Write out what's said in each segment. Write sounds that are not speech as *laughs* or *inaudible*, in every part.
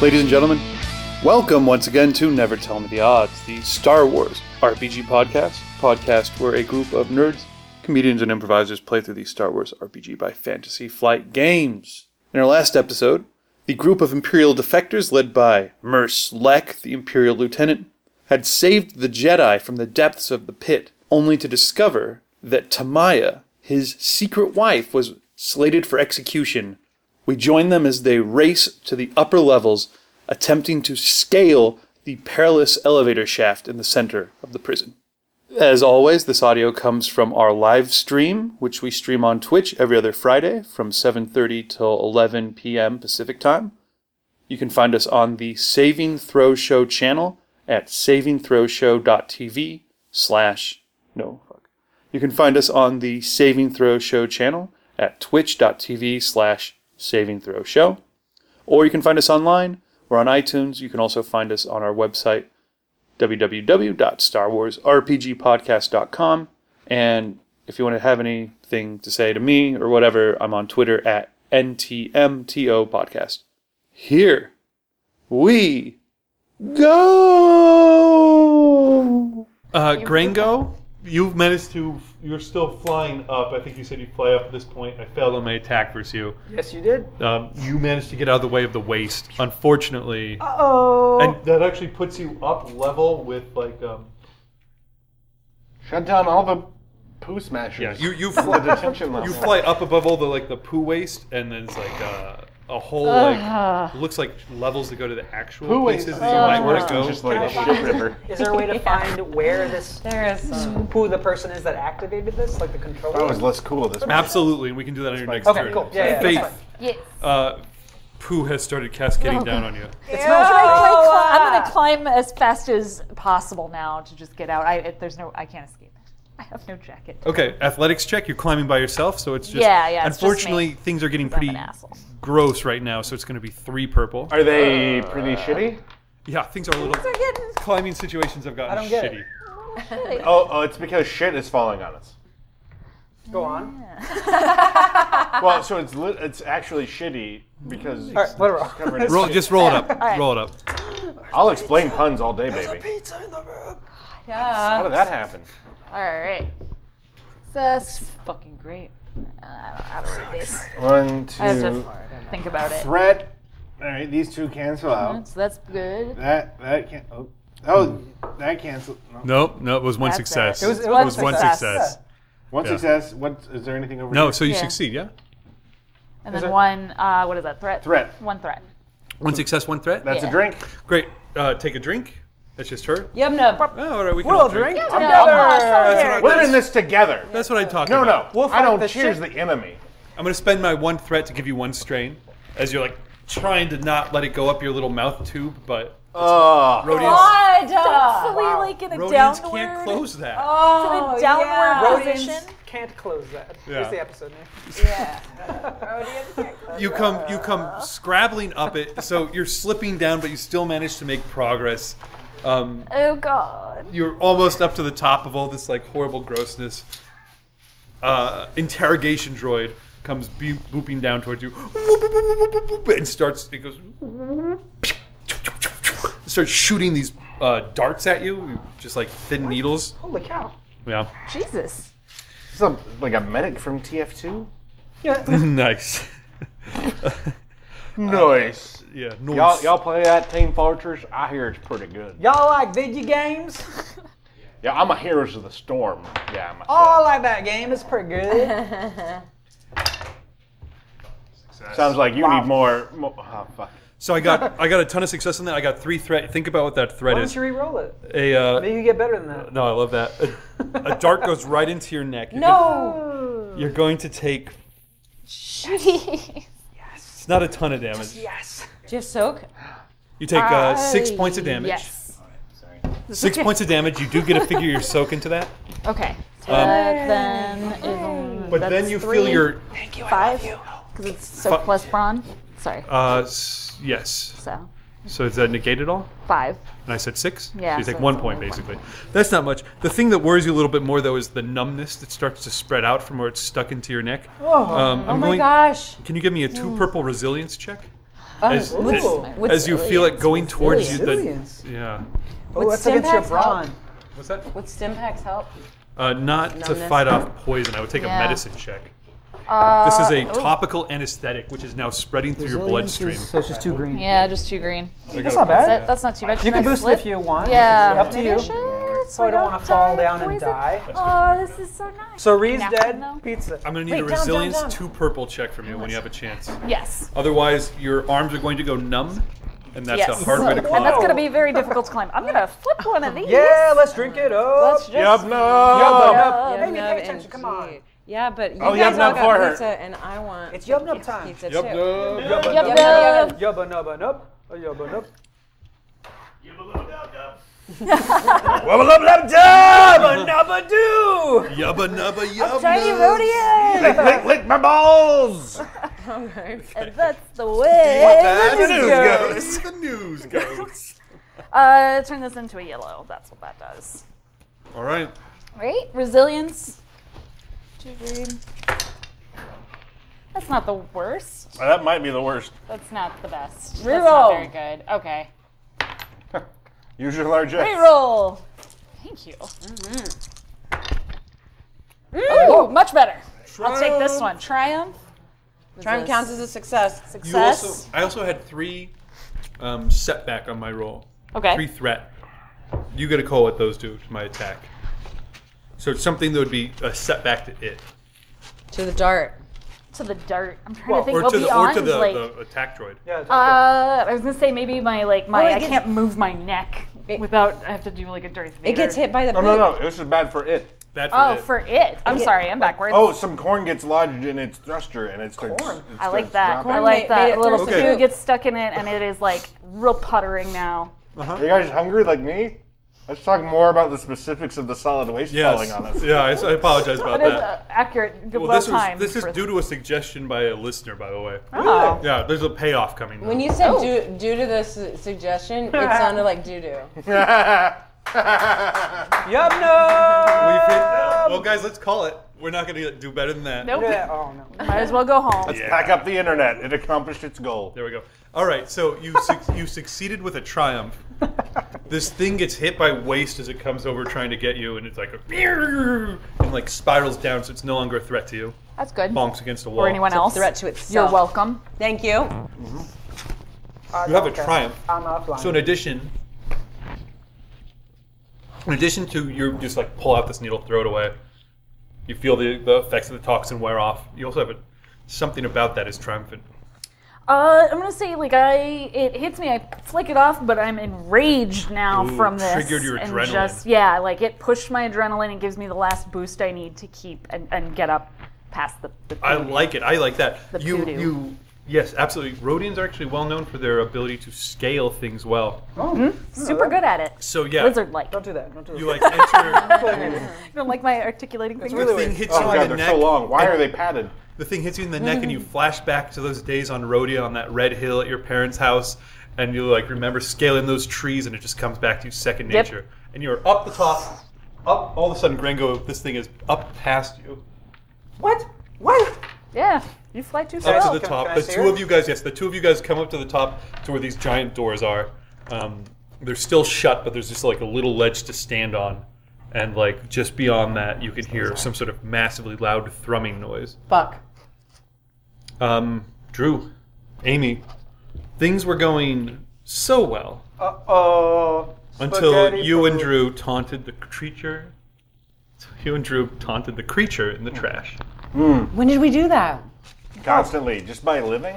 Ladies and gentlemen, welcome once again to Never Tell Me the Odds, the Star Wars RPG podcast, podcast where a group of nerds, comedians, and improvisers play through the Star Wars RPG by Fantasy Flight games. In our last episode, the group of Imperial defectors led by Merce Lek, the Imperial lieutenant, had saved the Jedi from the depths of the pit, only to discover that Tamaya, his secret wife, was slated for execution we join them as they race to the upper levels, attempting to scale the perilous elevator shaft in the center of the prison. As always, this audio comes from our live stream, which we stream on Twitch every other Friday from 7:30 till 11 p.m. Pacific Time. You can find us on the Saving Throw Show channel at savingthrowshow.tv slash no fuck. You can find us on the Saving Throw Show channel at twitch.tv slash saving throw show. Or you can find us online. We're on iTunes. You can also find us on our website, www.starwarsrpgpodcast.com. And if you want to have anything to say to me or whatever, I'm on Twitter at NTMTO Podcast. Here we go. Uh, Grango, you've managed to. You're still flying up. I think you said you fly up at this point. I failed on my attack versus you. Yes, you did. Um, you managed to get out of the way of the waist, unfortunately, Uh oh. and that actually puts you up level with like um. Shut down all the poo smashers. You you the fly, *laughs* detention level. you fly up above all the like the poo waste, and then it's like a, a whole like looks like levels that go to the actual Poo waste places is that you Oh might want worst to and go. just like a shit river. Is there a *laughs* way to find where this, There is some. who the person is that activated this, like the controller? That was less cool this one. Absolutely, and we can do that on your next Okay, turn. cool. Yeah, yeah, that's Faith, fine. Yes. uh, poo has started cascading down on you. It smells Can I, like. can I cli- I'm gonna climb as fast as possible now to just get out. I it, there's no I can't escape. I have no jacket. Okay, athletics check. You're climbing by yourself, so it's just Yeah, yeah, it's just me. Unfortunately, things are getting I'm pretty an asshole. gross right now, so it's going to be three purple. Are they pretty shitty? Yeah, things are a little. Things are getting climbing situations have gotten I don't get shitty. it. Oh, oh, it's because shit is falling on us. Go on. Well, so it's lit, it's actually shitty because All right, whatever. it's *laughs* covered in Roll, shit. just roll it *laughs* up. right. Roll it up. I'll explain puns all day, baby. Pizza in the room. How *laughs* Yeah. did that happen? All right. This is fucking great. Uh, I don't *laughs* read this. One, I have two, to think about it. threat. All right, these two cancel Mm-hmm. out. So that's good. That that can oh, oh that cancel. No. Nope, no, it was one That's success. it. It was- it was one one success. success. One Yeah. success. What is there anything over No, here? so you Yeah. succeed, yeah? And Is then it- one. Uh, what is that? Threat. Threat. One threat. One success, one threat. that's yeah. a drink. Great. Uh, take a drink. That's just her. Yum num. Oh, all right, we can We'll all drink. I'm That's what I- We're in this together. That's what I'm talking No, no. about. I fight don't the cheers shit. the enemy. I'm going to spend my one threat to give you one strain as you're like trying to not let it go up your little mouth tube, but Oh. Rodian's, Duh. So we like in a Rodian's downward, can't close that. Oh, in a downward position. can't close that. Yeah. Here's the episode name. *laughs* Oh, You come, you come scrabbling up it, so you're slipping down, but you still manage to make progress. Um, Oh god. you're almost up to the top of all this like horrible grossness. Uh, interrogation droid comes beep, booping down towards you, and starts. It goes. Starts shooting these uh, darts at you, just like thin needles. Holy cow. Yeah, *laughs* Jesus. This is a- like a medic from TF2? Yeah. *laughs* nice. *laughs* Nice. yeah, Uh, Y'all, Norse. y'all play that Team Fortress? I hear it's pretty good. Y'all like video games? Yeah, I'm a Heroes of the Storm. Yeah, myself. Oh, I like that game. It's pretty *laughs* good. Sounds like you need more. mo- oh, fuck. So I got I got a ton of success in that. I got three threat. Think about what that threat Why is. don't you re-roll it? A uh, Maybe you get better than that. no, I love that. A, a dart goes right into your neck. You're No. gonna- you're going to take. Jeez. It's not a ton of damage. Yes. Do you have soak? You take uh, six points of damage. Yes. Six points of damage. You do get to figure your soak into that, Okay. Um, Uh, then is- but then that's you feel three, your five because it's soak Fi- plus brawn. Sorry. uh, s- yes. so So is that negate at all? five. And I said six. Yeah, So you so take it's one only point one. basically. That's not much. The thing that worries you a little bit more though is the numbness that starts to spread out from where it's stuck into your neck. Oh, um, I'm Oh my going, gosh. Can you give me a two purple resilience check? as, Oh, ooh. as- What's as you feel it going towards you. Resilience. The, yeah. Oh, that's What's against your Stimpak's help? brawn. What's that? Would Stimpaks help? Uh, not to Numbness. fight off poison. I would take a Yeah. medicine check. Uh, This is a ooh. topical anesthetic, which is now spreading through your bloodstream. So it's just too green. Yeah, just two green. That's not bad. Oh. That, that's not too bad. You Should I can boost it split? if you want. Yeah. Up to Maybe you. I should, So I don't want to fall die down of and poison. die. Oh, this is so nice. So Ree's Napkin, dead. though? Pizza. I'm going to need Wait, a down, down, resilience down. two purple check from you when you have a chance. Yes. Otherwise, your arms are going to go numb, and that's Yes. a hard way to And climb. And that's going to be very difficult to climb. I'm going to flip one of these. Yeah, let's drink it up. Let's just. Yub Yub nub. nub. Yub Amy, Nub pay and attention, come G. on. Yeah, but you Oh, guys Yub all Nub for her. got pizza, and I want It's Yub Nub time. pizza Yub too. nub. Yub, Yub, yub. yub. Yubba nubba nub. Uh, Yubba nub. Wubba lub lub dub. *laughs* Yubba nubba do. Yubba nubba yub. Tiny nub. rodeo! Lick, lick, lick my balls. That's the way. That's the news goes. *laughs* As The news goes. Uh, turn this into a yellow. That's what that does. All right. Right? Resilience. Two green. That's not the worst. Well, that might be the worst. That's not the best. Reroll. That's not very good. Okay. Use your large X. Reroll. Thank you. Ooh, much better. I'll take this one. Triumph. Triumph counts as a success. You Success. also, I also had three um, setback on my roll. okay. Three threat. You get a call what those do to my attack. So it's something that would be a setback to it, To the dart. to the dirt. I'm trying Well, to think. or Well, to the or beyond to the, like. the attack droid. Yeah, it's Uh, I was gonna say maybe my like my Oh, it I gets- can't move my neck It- without I have to do like a Darth Vader. It gets hit by the No, Oh, no, no. This is bad for it. That's Oh, what it. for it. I'm get- sorry, I'm backwards. Oh, some corn gets lodged in its thruster and it starts. Corn. I like that. I Corn like made- that. made it a little through some food soup. gets stuck in it, and it is like real puttering now. Are you guys hungry like me? Let's talk more about the specifics of the solid waste falling Yes. on us. Yeah, I, I apologize about That is uh, that. accurate. Good Well, well this was timed this is for- due to a suggestion by a listener, by the way. Oh. Yeah, there's a payoff coming. though. *laughs* When you said due, due to this suggestion, *laughs* it sounded like doo doo. *laughs* Yub nub. We've hit- well, guys, let's call it. We're not going to do better than that. Um, Nope. Yeah, oh no. Might as well go home. Yeah. Pack up the internet. It accomplished its goal. There we go. All right, so you suc you succeeded with a *laughs* triumph. This thing gets hit by waste as it comes over trying to get you, and it's like a and like spirals down, so it's no longer a threat to you. That's good. Bonks against a wall. Or anyone else. Threat to itself. You're welcome. Thank you. You have a triumph. I'm offline. So in addition, in addition to you just like pull out this needle, throw it away. You feel the, the effects of the toxin wear off. You also have a, something about that is triumphant. Uh, I'm gonna say like I it hits me, I flick it off, but I'm enraged now Ooh, from this. triggered your and adrenaline. Just, yeah, like it pushed my adrenaline and gives me the last boost I need to keep and, and get up past the. the I podium. like it. I like that. The you voodoo. you yes, absolutely. Rhodians are actually well known for their ability to scale things well. super good at it. So yeah, Lizard-like. Don't do that. Don't do that. *laughs* you like enter. You don't like my articulating things. the thing hits Oh you in god, the they're neck. so long. Why and- are they padded? The thing hits you in the neck, and you flash back to those days on Rhodia on that red hill at your parents' house, and you like remember scaling those trees, and it just comes back to you second Yep. nature. And you're up the top, up. All of a sudden, Gringo, this thing is up past you, What? What? Yeah, you fly too up slow. to the can- top. can I the see two her? of you guys, yes, the two of you guys come up to the top to where these giant doors are. Um, they're still shut, but there's just like a little ledge to stand on, and like just beyond that, you can hear some sort of massively loud thrumming noise. Fuck. Um, Drew, Amy, things were going so well Uh oh. until you and Drew taunted the creature. You and Drew taunted the creature in the Hmm. trash. When did we do that? Constantly, just by living?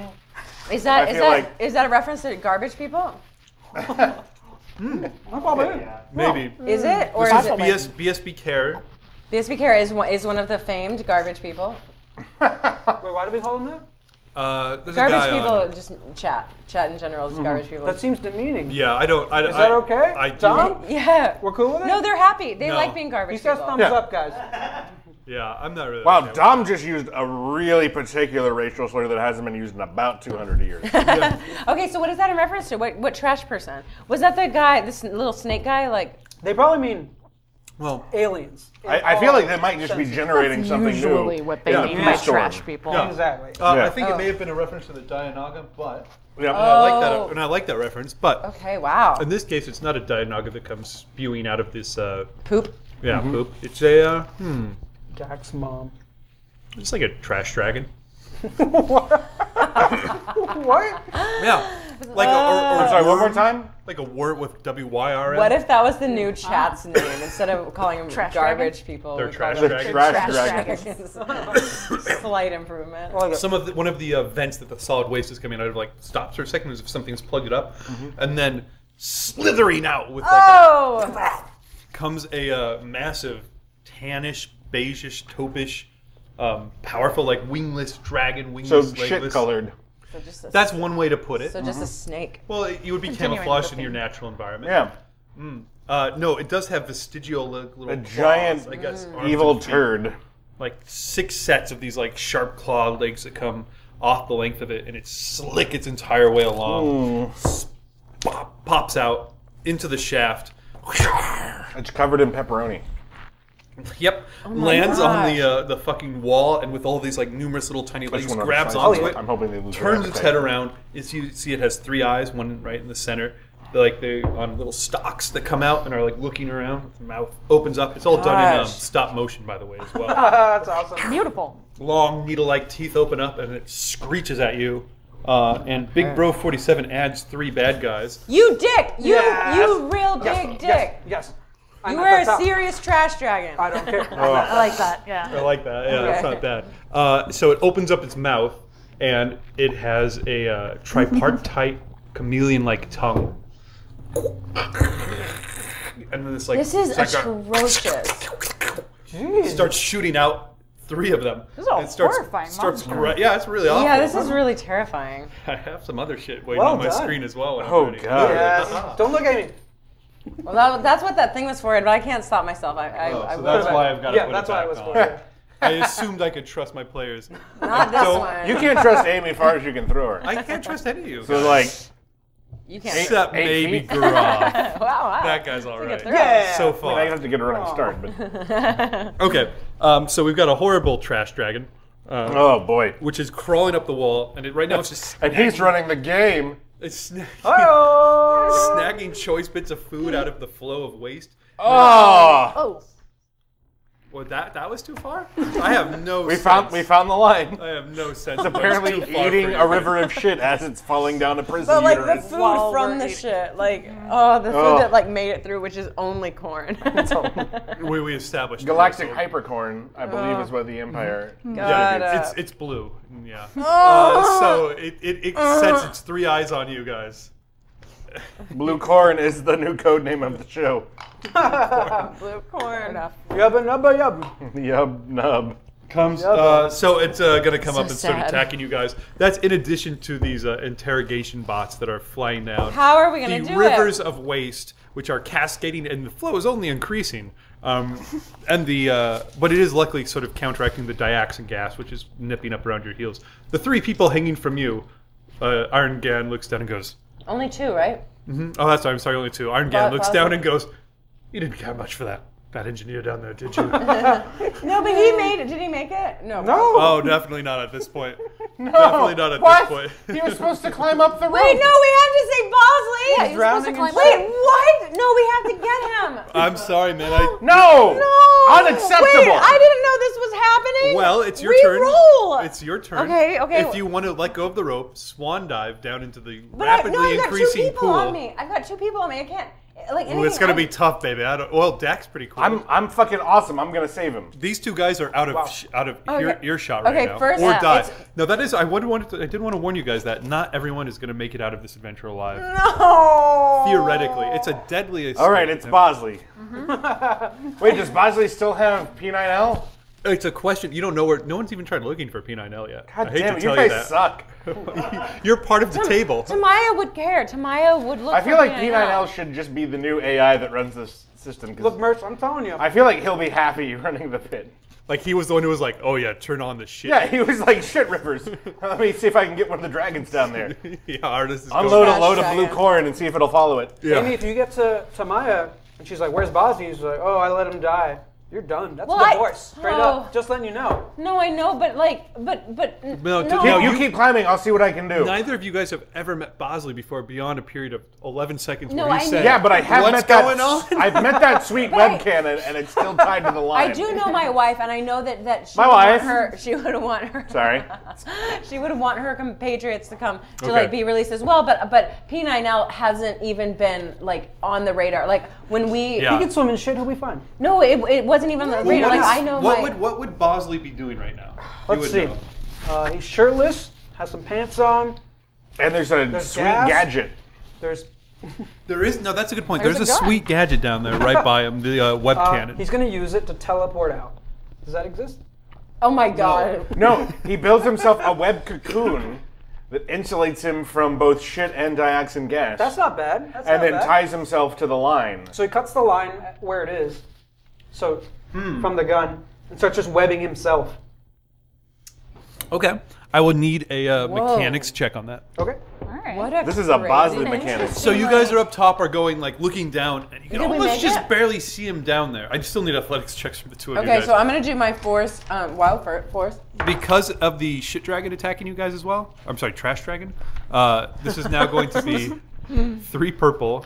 Is that I is feel that like- is that a reference to garbage people? Maybe. Is it or This is is it BS, BSB care. the SBK is one is one of the famed garbage people? Wait, why do we call him that? Uh, there's a Garbage guy on- people just chat chat in general is garbage Mm-hmm. people. That seems demeaning. Yeah, I don't. I, is that okay, I, do- Tom? yeah. We're cool with it? No, they're happy. They No. like being garbage He says people. thumbs Yeah. up, guys. Yeah, I'm not really. Wow, okay with Dom just used a really particular racial slur that hasn't been used in about 200 *laughs* years. Okay, so what is that in reference to? What what trash person? Was that the guy, this little snake guy? Like They probably mean Well, aliens. in I, I feel all like they might just be senses. generating something new. Usually, what they in a mean food by store. trash people. Yeah. Exactly. uh, I Yeah. think it may have been a reference to the Dianaga, but Yep. and I like Oh. that, and I like that reference. But Okay, wow. in this case, it's not a Dianaga that comes spewing out of this. Uh, Poop. yeah, Mm-hmm. poop. It's a uh, hmm, Jack's mom. it's like a trash dragon. *laughs* What? Oh, Yeah, like a, or, or Sorry, one more time. like a word with W Y R M. What if that was the new chat's name? Instead of calling them Trash garbage people, They're we call trash them dragons. Trash Trash dragon. dragons. *laughs* Slight improvement. Like a- some of the, one of the uh, vents that the solid waste is coming out of like stops for a second as if something's plugged it up, Mm-hmm. and then slithering out with like Oh, a, comes a uh, massive tannish, beigeish, taupish, um, powerful like wingless dragon, So wingless shit legless- colored. So just a, That's one way to put it. so just a snake. well, it, you would be Continuing with camouflaged the in your theme. natural environment. Yeah. Uh, no, it does have vestigial li- little claws, giant I guess, Mm. arms and Evil feet. turd. like six sets of these like sharp clawed legs that come off the length of it and it's slick its entire way along S- pop, pops out into the shaft It's covered in pepperoni. yep lands on Oh gosh. the uh, the fucking wall and with all these like numerous little tiny legs wanna grabs understand. onto Oh, yeah. it I'm hoping they lose their turns its appetite. head around you see, you see it has three eyes one right in the center They're like they on little stalks that come out and are like looking around the mouth opens up it's all done in um, Gosh. stop motion by the way as well *laughs* That's awesome. beautiful. long needle-like teeth open up and it screeches at you. Uh, and Big Bro 47 adds three bad guys. You dick! You Yes. you real big dick! Yes. yes. I'm at You were the a top. serious trash dragon. I don't care. I like that. Yeah. I like that. Yeah, Okay. that's not bad. Uh, so it opens up its mouth and it has a uh, tripartite chameleon-like tongue. And then this like This it's is like a- *laughs* atrocious. starts shooting out three of them. This is a it starts, horrifying starts monster. gra- Yeah, it's really awful. Yeah, this is really terrifying. I have some other shit waiting Well on my done. screen as well. when I'm Oh, ready. God. Yes. Don't look at me. Well, that, that's what that thing was for, but I can't stop myself. I, I, Oh, I so will. that's why I've got to Yeah, put that's it why back I was on. for. I assumed I could trust my players. Not this Don't- one. You can't trust Amy far as you can throw her. I can't trust any of you. So like, You can't. *laughs* Except Eight maybe *laughs* feet. Garoff. wow, wow. That guy's all right. Yeah. So I mean, I far. have to get a running start, but Okay, um, so we've got a horrible trash dragon, uh, oh boy, which is crawling up the wall, and it, right now it's just and he's running the game. *laughs* it's snagging, Oh. snagging choice bits of food out of the flow of waste. Oh, Oh, Well, that that was too far. I have no. *laughs* we found we found the line. I have no sense. of what *laughs* was Apparently, too far for eating you. a river of shit as it's falling down a prison But like the uterus. food While we're from the eating. shit, like Mm-hmm. oh, the food Ugh. that like made it through, which is only corn. *laughs* We, we established. it. Galactic So- hypercorn, I believe, is what the Empire. Yeah, God, it's, uh, it's blue. Yeah. Uh, so it, it, it Uh. sets its three eyes on you guys. Blue corn is the new code name of the show. *laughs* *laughs* blue corn. Yubba nubba yub. Yub nub. Comes. Uh, so it's uh, gonna come So up and start sad. attacking you guys. That's in addition to these uh, interrogation bots that are flying down. How are we gonna the do rivers it? of waste, which are cascading, and the flow is only increasing. Um, and the uh, but it is luckily sort of counteracting the dioxin gas, which is nipping up around your heels. The three people hanging from you, uh, Iron Gan looks down and goes, Only two, right? Oh, that's right. I'm sorry, only two. Iron Gan Thought- looks thought- down and goes, "You didn't care much for that that engineer down there, did you?" No, but he made it. Did he make it? No. No. oh, definitely not at this point. Definitely not at What? this he point. was supposed to climb up the rope. Wait, no, we have to say Bosley. yeah. You're supposed to climb Wait, up. what? No, we have to *laughs* get him. *laughs* I'm sorry, man. I No! No. Unacceptable! Wait, I didn't know this was *laughs* happening. well, it's your Reroll. turn. It's your turn. Okay, okay. If you want to let go of the rope, swan dive down into the But I, rapidly no, I've got two increasing people pool. on me. I've got two people on me. I can't. Like anything. Ooh, it's gonna I- be tough, baby. I don't, well, Dak's pretty cool. I'm I'm fucking awesome. I'm gonna save him. These two guys are out of sh- out of ear, Okay. earshot right Okay, now, first- or yeah, die. it's- No, that is. I would want. To, I did want to warn you guys that not everyone is going to make it out of this adventure alive. No. Theoretically, it's a deadly. All right, it's Bosley. Mm-hmm. Wait, does Bosley still have P9L? It's a question. You don't know where. No one's even tried looking for P9L yet. God I hate damn to it, you tell guys that. suck. *laughs* You're part of the table. Tamaya would care. Tamaya would look. I feel for like P9L should just be the new AI that runs this system. 'cause Look, Merch, I'm telling you. I feel like he'll be happy *laughs* running the pit. Like he was the one who was like, "Oh yeah, turn on the shit." Yeah, he was like, shit, *laughs* Rivers. Let me see if I can get one of the dragons down there. yeah. Artist is Unload going. a load of Trash blue dragon. corn and see if it'll follow it. Yeah. Amy, if you get to Tamaya, And she's like, "Where's Bozzy?" He's like, "Oh, I let him die. You're done. That's Well, I- divorce. Straight Oh. up. Just letting you know. No, I know, but like, but but No, no, to- No, No, you, you- keep climbing. I'll see what I can do. Neither of you guys have ever met Bosley before beyond a period of 11 seconds No, where he I said, know. yeah, but I have What's met that. going on? I've met *laughs* that sweet But I- web cannon, and it's still tied to the line. I do know my wife, and I know that that she My would wife. want her. She would want her. *laughs* Sorry. she would want her compatriots to come to Okay. like be released as well. But but P9 now hasn't even been like on the radar. Like when we Yeah. We can swim and shit. He'll be fine. no, it, it wasn't even on the radar. what, Like is- I know what my would what would Bosley be doing right now? You Let's would see. know. Uh, he's shirtless. Has some pants on. And there's a There's sweet gas. gadget. There's. There is no. That's a good point. There's, There's a, a gun. sweet gadget down there right by him, the uh, web Uh, cannon. he's gonna use it to teleport out. Does that exist? oh my god. No, he builds himself a web cocoon that insulates him from both shit and dioxin gas. That's not bad. That's and not then bad. ties himself to the line. So he cuts the line where it is, so Hmm. from the gun, and starts just webbing himself. okay, I will need a uh, mechanics check on that. *laughs* Okay. All right. What a This is a crazy Bosley thing. mechanic. So you guys are up top, are going like looking down, and you can Did we almost make just it? barely see him down there. I still need athletics checks from the two of you Okay, guys. so I'm gonna do my force, um, wild for- force. because of the shit dragon attacking you guys as well. I'm sorry, trash dragon. Uh, this is now going *laughs* to be three purple,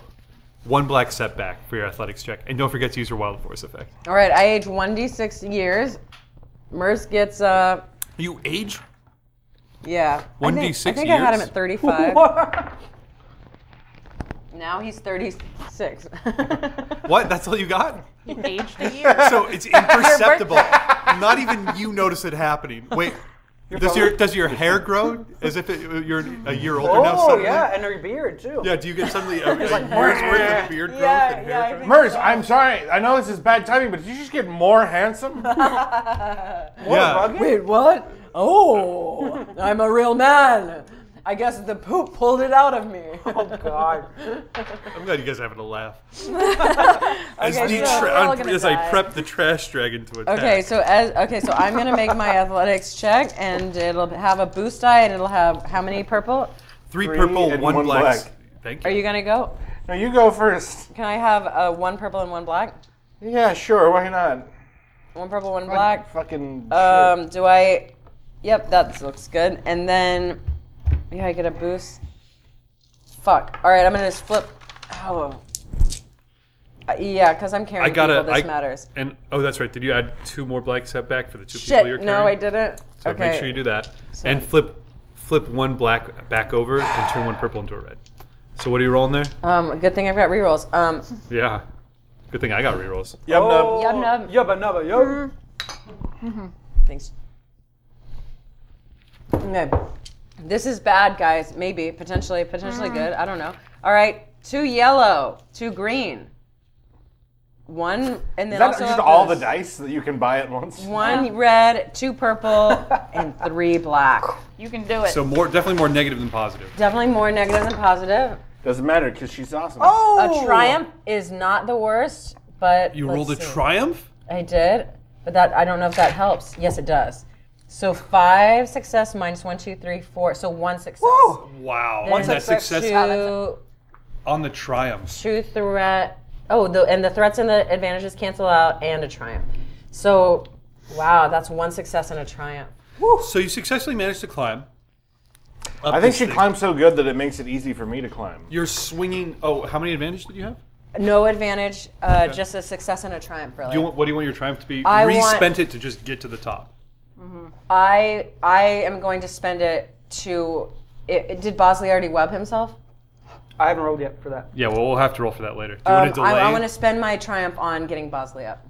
one black setback for your athletics check, and don't forget to use your wild force effect. All right, I age 1d6 years. Merce gets uh, You age yeah. I think- 1d6 I think I had him years? *laughs* at 35. now he's *laughs* 36. what? That's all you *laughs* got? Aged a *laughs* year. So it's imperceptible. Not even you notice it happening. Wait. Does your does your hair grow as if it, you're a year older now? Oh Suddenly? yeah, and her beard too. Yeah. Do you get suddenly a, a year's worth of beard growth and hair? growth? Mers, I'm sorry. I know this is bad timing, but did you just get more *laughs* handsome? yeah. Wait, what? *laughs* Oh, I'm a real man. I guess the poop pulled it out of me. *laughs* Oh *laughs* God. I'm glad you guys are having *laughs* a *laughs* laugh. as Okay, the so tra- we're all gonna as I die. prep the trash dragon to attack. Okay, so as okay, so I'm gonna *laughs* make my athletics check, and it'll have a boost die, and it'll have how many purple? three, Three purple, and one, one black. black. s- Thank you. Are you gonna go? no, you go first. Can I have uh, one purple and one black? Yeah, sure. Why not? One purple, one black. Fucking. Um, do I? Yep, that looks good. And then, yeah, I get a boost. Fuck. All right, I'm gonna just flip. Oh. Uh, yeah, because I'm carrying I gotta. people. This I- matters. And oh, that's right. Did you add two more black setback for the two people you're carrying? Shit. No, I didn't. So okay. make sure you do that. And flip, flip one black back over and turn one purple into a red. So what are you rolling there? Um, good thing I've got rerolls. Um, yeah. Good thing I got rerolls. Yum nub. yub nub. Oh. Yubba nubba Hmm. yub. Thanks. Okay. This is bad, guys. Maybe, potentially, potentially good. I don't know. All right, two yellow, two green, one, and then Is that also just have all the this. dice that you can buy at once? One red, two purple, *laughs* and three black. You can do it. So more, definitely more negative than positive. Definitely more negative than positive. Doesn't matter because she's awesome. A triumph is not the worst, but You let's rolled a see. triumph. I did, but that I don't know if that helps. Yes, it does. So five success minus one, two, three, four. So one success. Wow. One and that success, success Two, on the triumphs. two threat. Oh, the, and the threats and the advantages cancel out, and a triumph. So, wow, that's one success and a triumph. So you successfully managed to climb. up I think this she thing. climbs so good that it makes it easy for me to climb. You're swinging. Oh, how many advantage did you have? No advantage, uh, just a success and a triumph, really. Do you want, what do you want your triumph to be? I want- Respent it to just get to the top. I I am going to spend it to. It, it- did Bosley already web himself? I haven't rolled yet for that. Yeah, well, we'll have to roll for that later. Do you want to Um, delay? I, want to spend my triumph on getting Bosley up.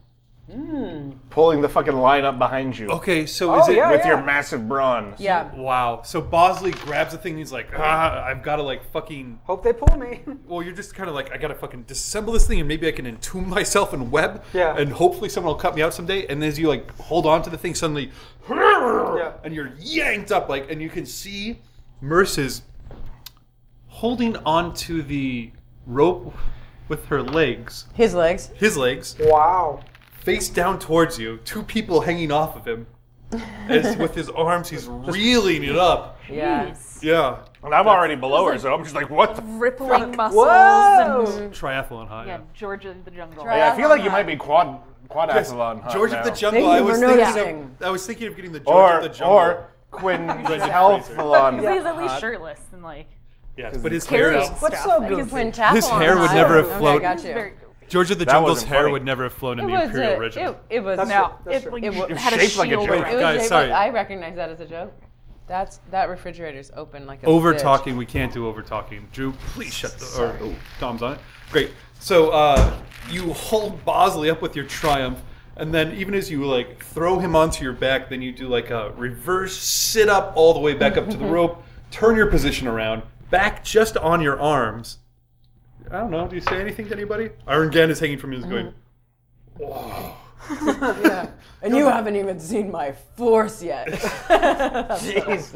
Pulling the fucking line up behind you Okay, so is Oh, it? yeah, with yeah. your massive brawn. Yeah. Wow. So Bosley grabs the thing. And he's like, ah, I've got to like fucking. Hope they pull *laughs* me. Well, you're just kind of like, I got to fucking disassemble this thing, and maybe I can entomb *laughs* myself in web. Yeah. And hopefully someone will cut me out someday. And as you like hold on to the thing, suddenly, *laughs* and you're yanked up like, and you can see Merce's holding onto the rope with her legs, His legs. his legs, wow. face down towards you, two people hanging *laughs* off of him. As with his arms, he's reeling it up. Yeah. Yeah. And I'm already below her, so I'm just like, what the? F-? rippling muscles Whoa! and Triathlon hot. yeah, yeah. Georgia in the jungle. Right. Yeah, I feel like you might be quad quadathlon. hot George now. of the Jungle. Thank I you was for thinking noticing. of, I was thinking of getting the George or of the Jungle. or *laughs* Quintathlon. He's at least shirtless and like yes, but his hair. carrying Is, *laughs* stuff. What's so Like, it's goofy? His hair would never have Okay, I flown. got you. very- George of the That Jungle's wasn't hair funny. would never have flown in It the was Imperial a, Regiment. it, it was That's no. true. That's it, true. like, It was- had a shaped like a shield joke. It was Guys, able- sorry. I recognize that as a joke. That's that refrigerator's open like a over bitch. talking. We can't do over talking. Drew, please shut the. Or, oh, Tom's on it. Great. So uh, you hold Bosley up with your triumph, and then even as you like throw him onto your back, then you do like a reverse sit up all the way back up *laughs* to the rope. Turn your position around, back just on your arms. I don't know. Do you say anything to anybody? Iron Gan is hanging from you, is going. Mm-hmm. *laughs* And you haven't even seen my force *laughs* yet. Jeez.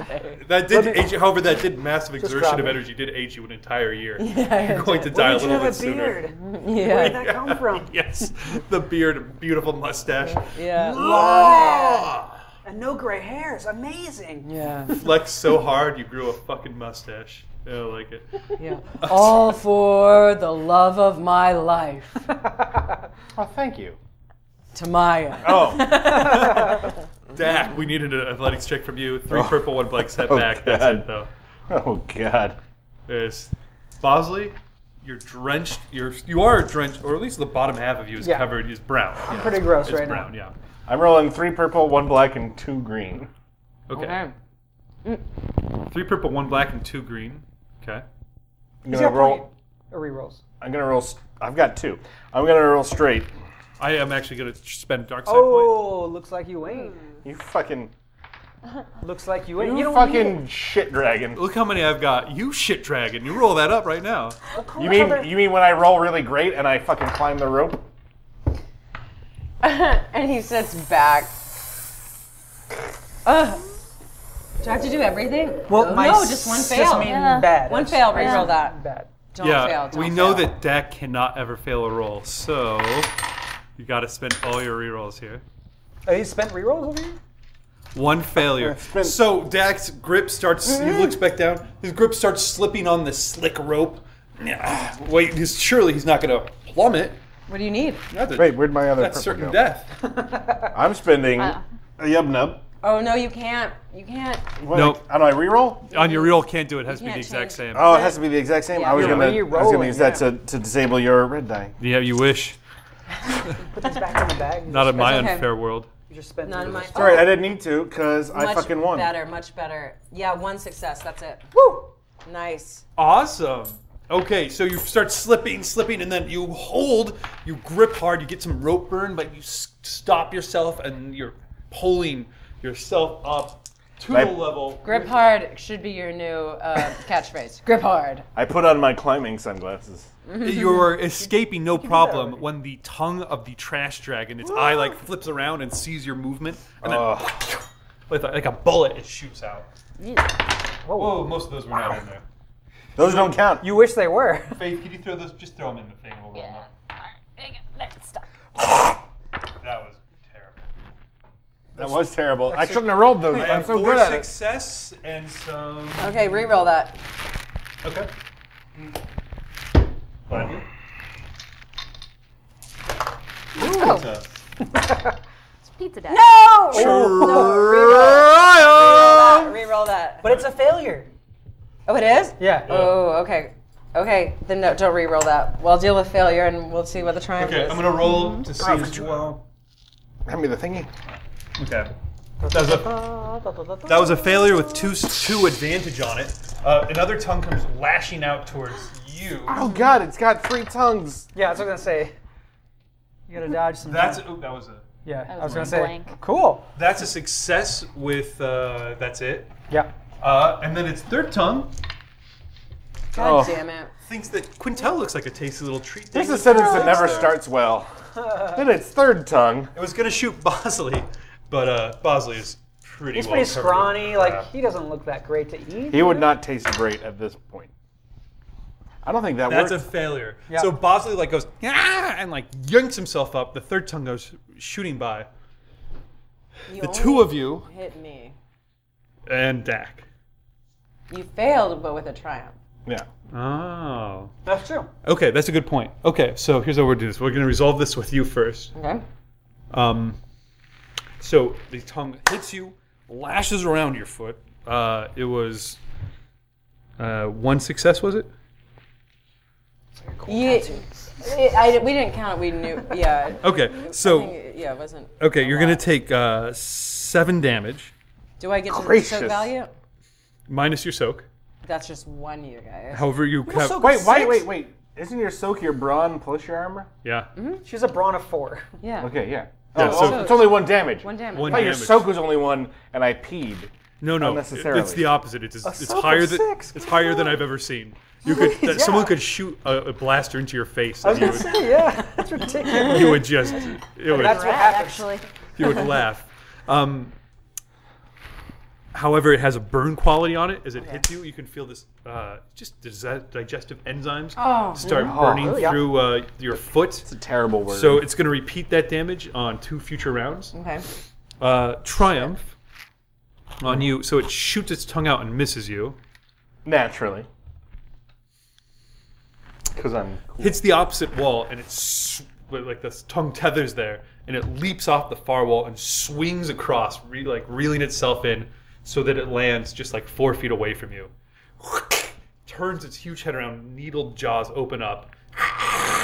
That did age. you- However, that did massive exertion grab of it. energy. Did age you an entire *laughs* year. You're going to die a Where did you have little bit a sooner. beard? Where did Yeah. that *laughs* come from? Yes, the beard, beautiful mustache. Yeah. Ah! And no gray hairs. Amazing. Yeah. Flex so hard, you grew a fucking mustache. I don't *laughs* like it. Yeah. All for the love of my *laughs* life. Oh, thank you. Tamaya. Oh, Dak, we needed an athletics check from you. Three purple, one black set Oh, back. That's it, God. though. oh God. There's Bosley. You're drenched. You're you are drenched, or at least the bottom half of you is Yeah. covered. Is brown. I'm pretty gross it's right now. brown, Yeah. I'm rolling three purple, one black, and two green. Okay. Okay. Mm. Three purple, one black, and two green. Okay. I'm gonna roll. Or rerolls. I'm gonna roll. s- I've got two. I'm gonna roll straight. I am actually gonna spend dark side point. Oh, looks like you ain't. You fucking. Looks like you ain't. You, You, don't need fucking shit dragon. Look how many I've got. You shit dragon. You roll that up right now. You mean you mean when I roll really great and I fucking climb the rope? *laughs* and he sits back. Ugh. Do I have to do everything? Well, my no, just one s- fail. Just mean Yeah. bad. One That's fail, reroll that. Bad. Don't yeah, fail. Don't we know fail. that Dak cannot ever fail a roll, so you got to spend all your rerolls here. Oh, he spent rerolls over here? One failure. spent- So Dak's grip starts. Mm-hmm. He looks back down. His grip starts slipping on the slick rope. Ah, Wait, he's, surely he's not going to plummet. What do you need? That's, Wait, where'd my other that's purple certain go? death. I'm spending a yub nub. Oh no, you can't. You can't. What, Nope. How do I reroll? *laughs* On your reroll, can't do it. Has to You be the can't exact same. change. Oh, it has to be the exact same. I was Yeah. gonna. I was gonna Rerolling, use that to, to disable your red die. Yeah, you wish. Put these back in the bag. and Not just in my okay. unfair world. spend- You just spent None of my. All right, I didn't need to because I much fucking won. Better, much better. Yeah, one success. That's it. Woo! Nice. Awesome. Okay, so you start slipping, slipping, and then you hold, you grip hard, you get some rope burn, but you s- stop yourself and you're pulling yourself up to Right. the level. Grip hard should be your new uh, *laughs* catchphrase. Grip hard. I put on my climbing sunglasses. You're escaping no problem when the tongue of the trash dragon, its eye like flips around and sees your movement, and then Ugh. with a, like a bullet, it shoots out. Whoa. most of those were not in there. Those don't count. *laughs* You You wish they were. Faith, could you throw those? Just throw them in the thing. We'll roll them up. That was terrible. that was terrible. I shouldn't have rolled those. I I'm have so four good at it. success and some. Okay, reroll that. Okay. Fine. Oh, it's pizza day. No. Triumph! Reroll that. But it's a failure. Oh, it is. Yeah. Oh, okay. Okay, then no, don't re-roll that. We'll deal with failure and we'll see what the triumph Okay, is. I'm gonna roll to see as well. Hand me the thingy. Okay. That was a, that was a failure with two s- two advantage on it. Uh, another tongue comes lashing out towards you. Oh god, it's got three tongues. Yeah, I was gonna say. You gotta dodge some. That's oh, that was a yeah, I was Blank. gonna say. Blank. Cool. that's a success with uh, that's it. Yeah. Uh, and then its third tongue God Oh. damn it. thinks that Quintel looks like a tasty little treat. Here's a It sentence that never starts *laughs* well. then its third tongue. was gonna shoot Bosley, but uh, Bosley is pretty. He's well pretty covered. scrawny. Like he doesn't look that great to eat. He would not taste great at this point. I don't think that That's a worked. failure. So Bosley like goes "Ah," and like yanks himself up. The third tongue goes shooting by. You The Oh. two of you hit me. and Dak. You failed, but with a triumph. Yeah. Oh. That's true. Okay, that's a good point. Okay, so here's how we're doing this. We're gonna resolve this with you first. Okay. Um, so the tongue hits you, lashes around your foot. Uh, it was uh, one success, was it? You, it, I, we didn't count. it, We knew. Yeah. Okay, I *laughs* think so it- yeah, it wasn't. okay, you're gonna lot. take uh, seven damage Do I get to the Gracious. soak value? minus your soak. That's just one, you guys. However, you have Wait, wait, wait, wait. Isn't your soak your brawn plus your armor? yeah She's a brawn of four. Yeah. Okay, yeah. Yeah, oh, so- oh, it's only one damage. One damage. one I thought your damage. soak was only one, and I peed. No, no, unnecessarily. it's the opposite. It's, it's soak higher of than six, it's come higher than I've ever seen. You could *laughs* that someone could shoot a, a blaster into your face. And you would, *laughs* yeah, that's ridiculous. you would just it would, That's what happens. actually. you would laugh. Um, however, it has a burn quality on it. As it Oh, hits you, you can feel this uh, just desi- digestive enzymes start burning Oh, yeah. through uh, your foot. It's a terrible word. So it's going to repeat that damage on two future rounds. Okay. Uh, triumph on you. So it shoots its tongue out and misses you. naturally. Because I'm cool. hits the opposite wall and it's like the tongue tethers there and it leaps off the far wall and swings across re- like reeling itself in so that it lands just like four feet away from you *laughs* turns its huge head around needled jaws open up *laughs*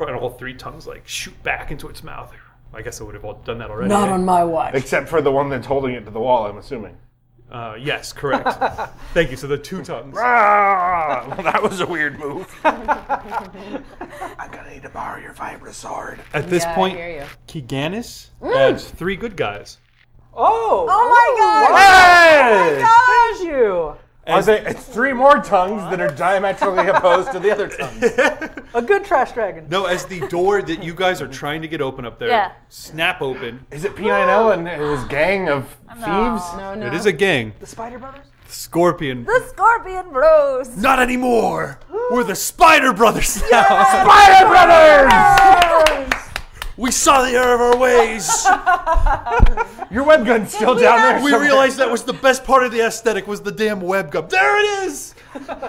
and all three tongues like shoot back into its mouth i guess i would have all done that already Not on my watch. Except for the one that's holding it to the wall, I'm assuming. uh, yes *laughs* correct thank you so the two tongues Ah, well, *laughs* that was a weird *laughs* move. I'm gonna need to borrow your vibra sword. at this Yeah, I point hear you. Mm. Kiganis adds three good guys Oh, Oh my god! Hey! gosh, you Are they, it's three more tongues that are diametrically opposed to the *laughs* other tongues. a good trash dragon. No, as the door that you guys are trying to get open up there, Yeah. snap open. Is it P9O and his gang of thieves? No, no. It is a gang. The Spider Brothers. Scorpion. The scorpion blows. Not anymore. We're the Spider Brothers now. Spider Brothers! We saw the error of our ways. Your web gun's still down there. we somewhere. realized that was the best part of the aesthetic was the damn web gum. There it is.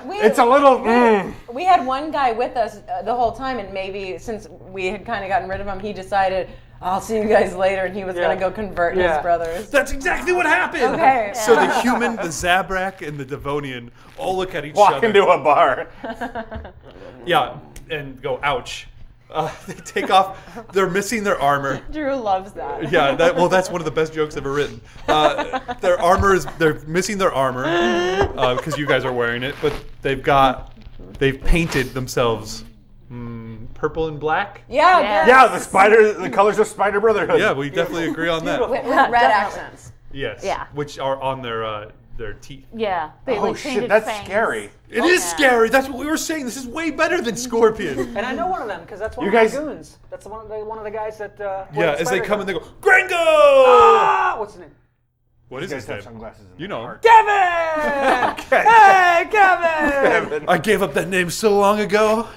We, it's a little. Mm. we had one guy with us uh, the whole time, and maybe since we had kind of gotten rid of him, he decided, I'll see you guys later, and he was Yeah. going to go convert Yeah. *laughs* his brothers. That's exactly what happened. Okay. So the human, the Zabrak, and the Devonian all look at each Walk other. into a bar. yeah, and go ouch. Uh, *laughs* they take off. They're missing their armor. Drew loves *laughs* that. Yeah, that, well, that's one of the best jokes ever written. Uh, their armor is—they're missing their armor because you guys are wearing it, but they've got—they've painted themselves mm, purple and black. Yeah, good. Yeah, the spider, the colors of Spider Brotherhood. Yeah, we definitely agree on that. *laughs* With, with red accents. Yes. Yeah. Which are on their uh, their teeth. Yeah. They, Oh like, shit, painted that's fangs. scary. It is scary. That's what we were saying. This is way better than Scorpion. *laughs* And I know one of them because that's one You of guys- my goons. That's one of the one of the guys that. Uh, yeah, as they come and they go, Gringo. Ah, what's his name? what is You guys his have name? sunglasses in the You know. park. *laughs* Kevin. hey, Kevin. Kevin. I gave up that name so long ago.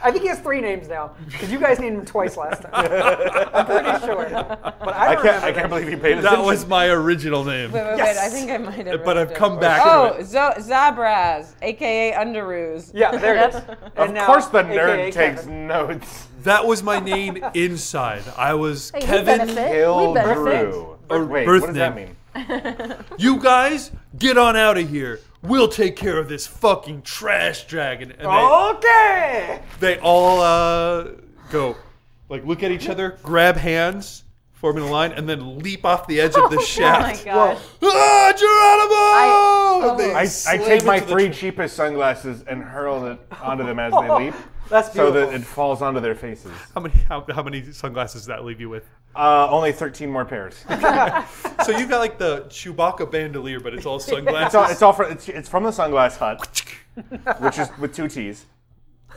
I think he has three names now because you guys named him twice last time. I'm *laughs* pretty sure. But I, I remember. can't, I can't believe he paid attention. That was my original name. Wait, wait, wait, I think I might have. But wrote I've it come down. back to Oh, it. Zo- Zabraz, aka Underoos. Yeah, there *laughs* it is. Of And now, course, the AKA nerd takes Kevin. notes. That was my *laughs* name inside. I was Hey, we Kevin. benefit. Kill We benefit. *laughs* Drew. Or Wait, birth what does that name. mean? You guys, get on out of here. We'll take care of this fucking trash dragon. And Oh. they, Okay. they all uh, go, like, look at each other, grab hands, form in a line, and then leap off the edge of the *laughs* Oh my shaft. gosh. *laughs* Ah, oh. Geronimo! And they I, I slam take my into the three cheapest sunglasses and hurl it onto them as they leap, That's so beautiful. that it falls onto their faces. *laughs* How many, how, how many sunglasses does that leave you with? Uh, only 13 more pairs. So you've got like the Chewbacca bandolier, but it's *laughs* all It's all, sunglasses. it's all from it's, it's from the Sunglass Hut, *laughs* which is with two T's. *laughs*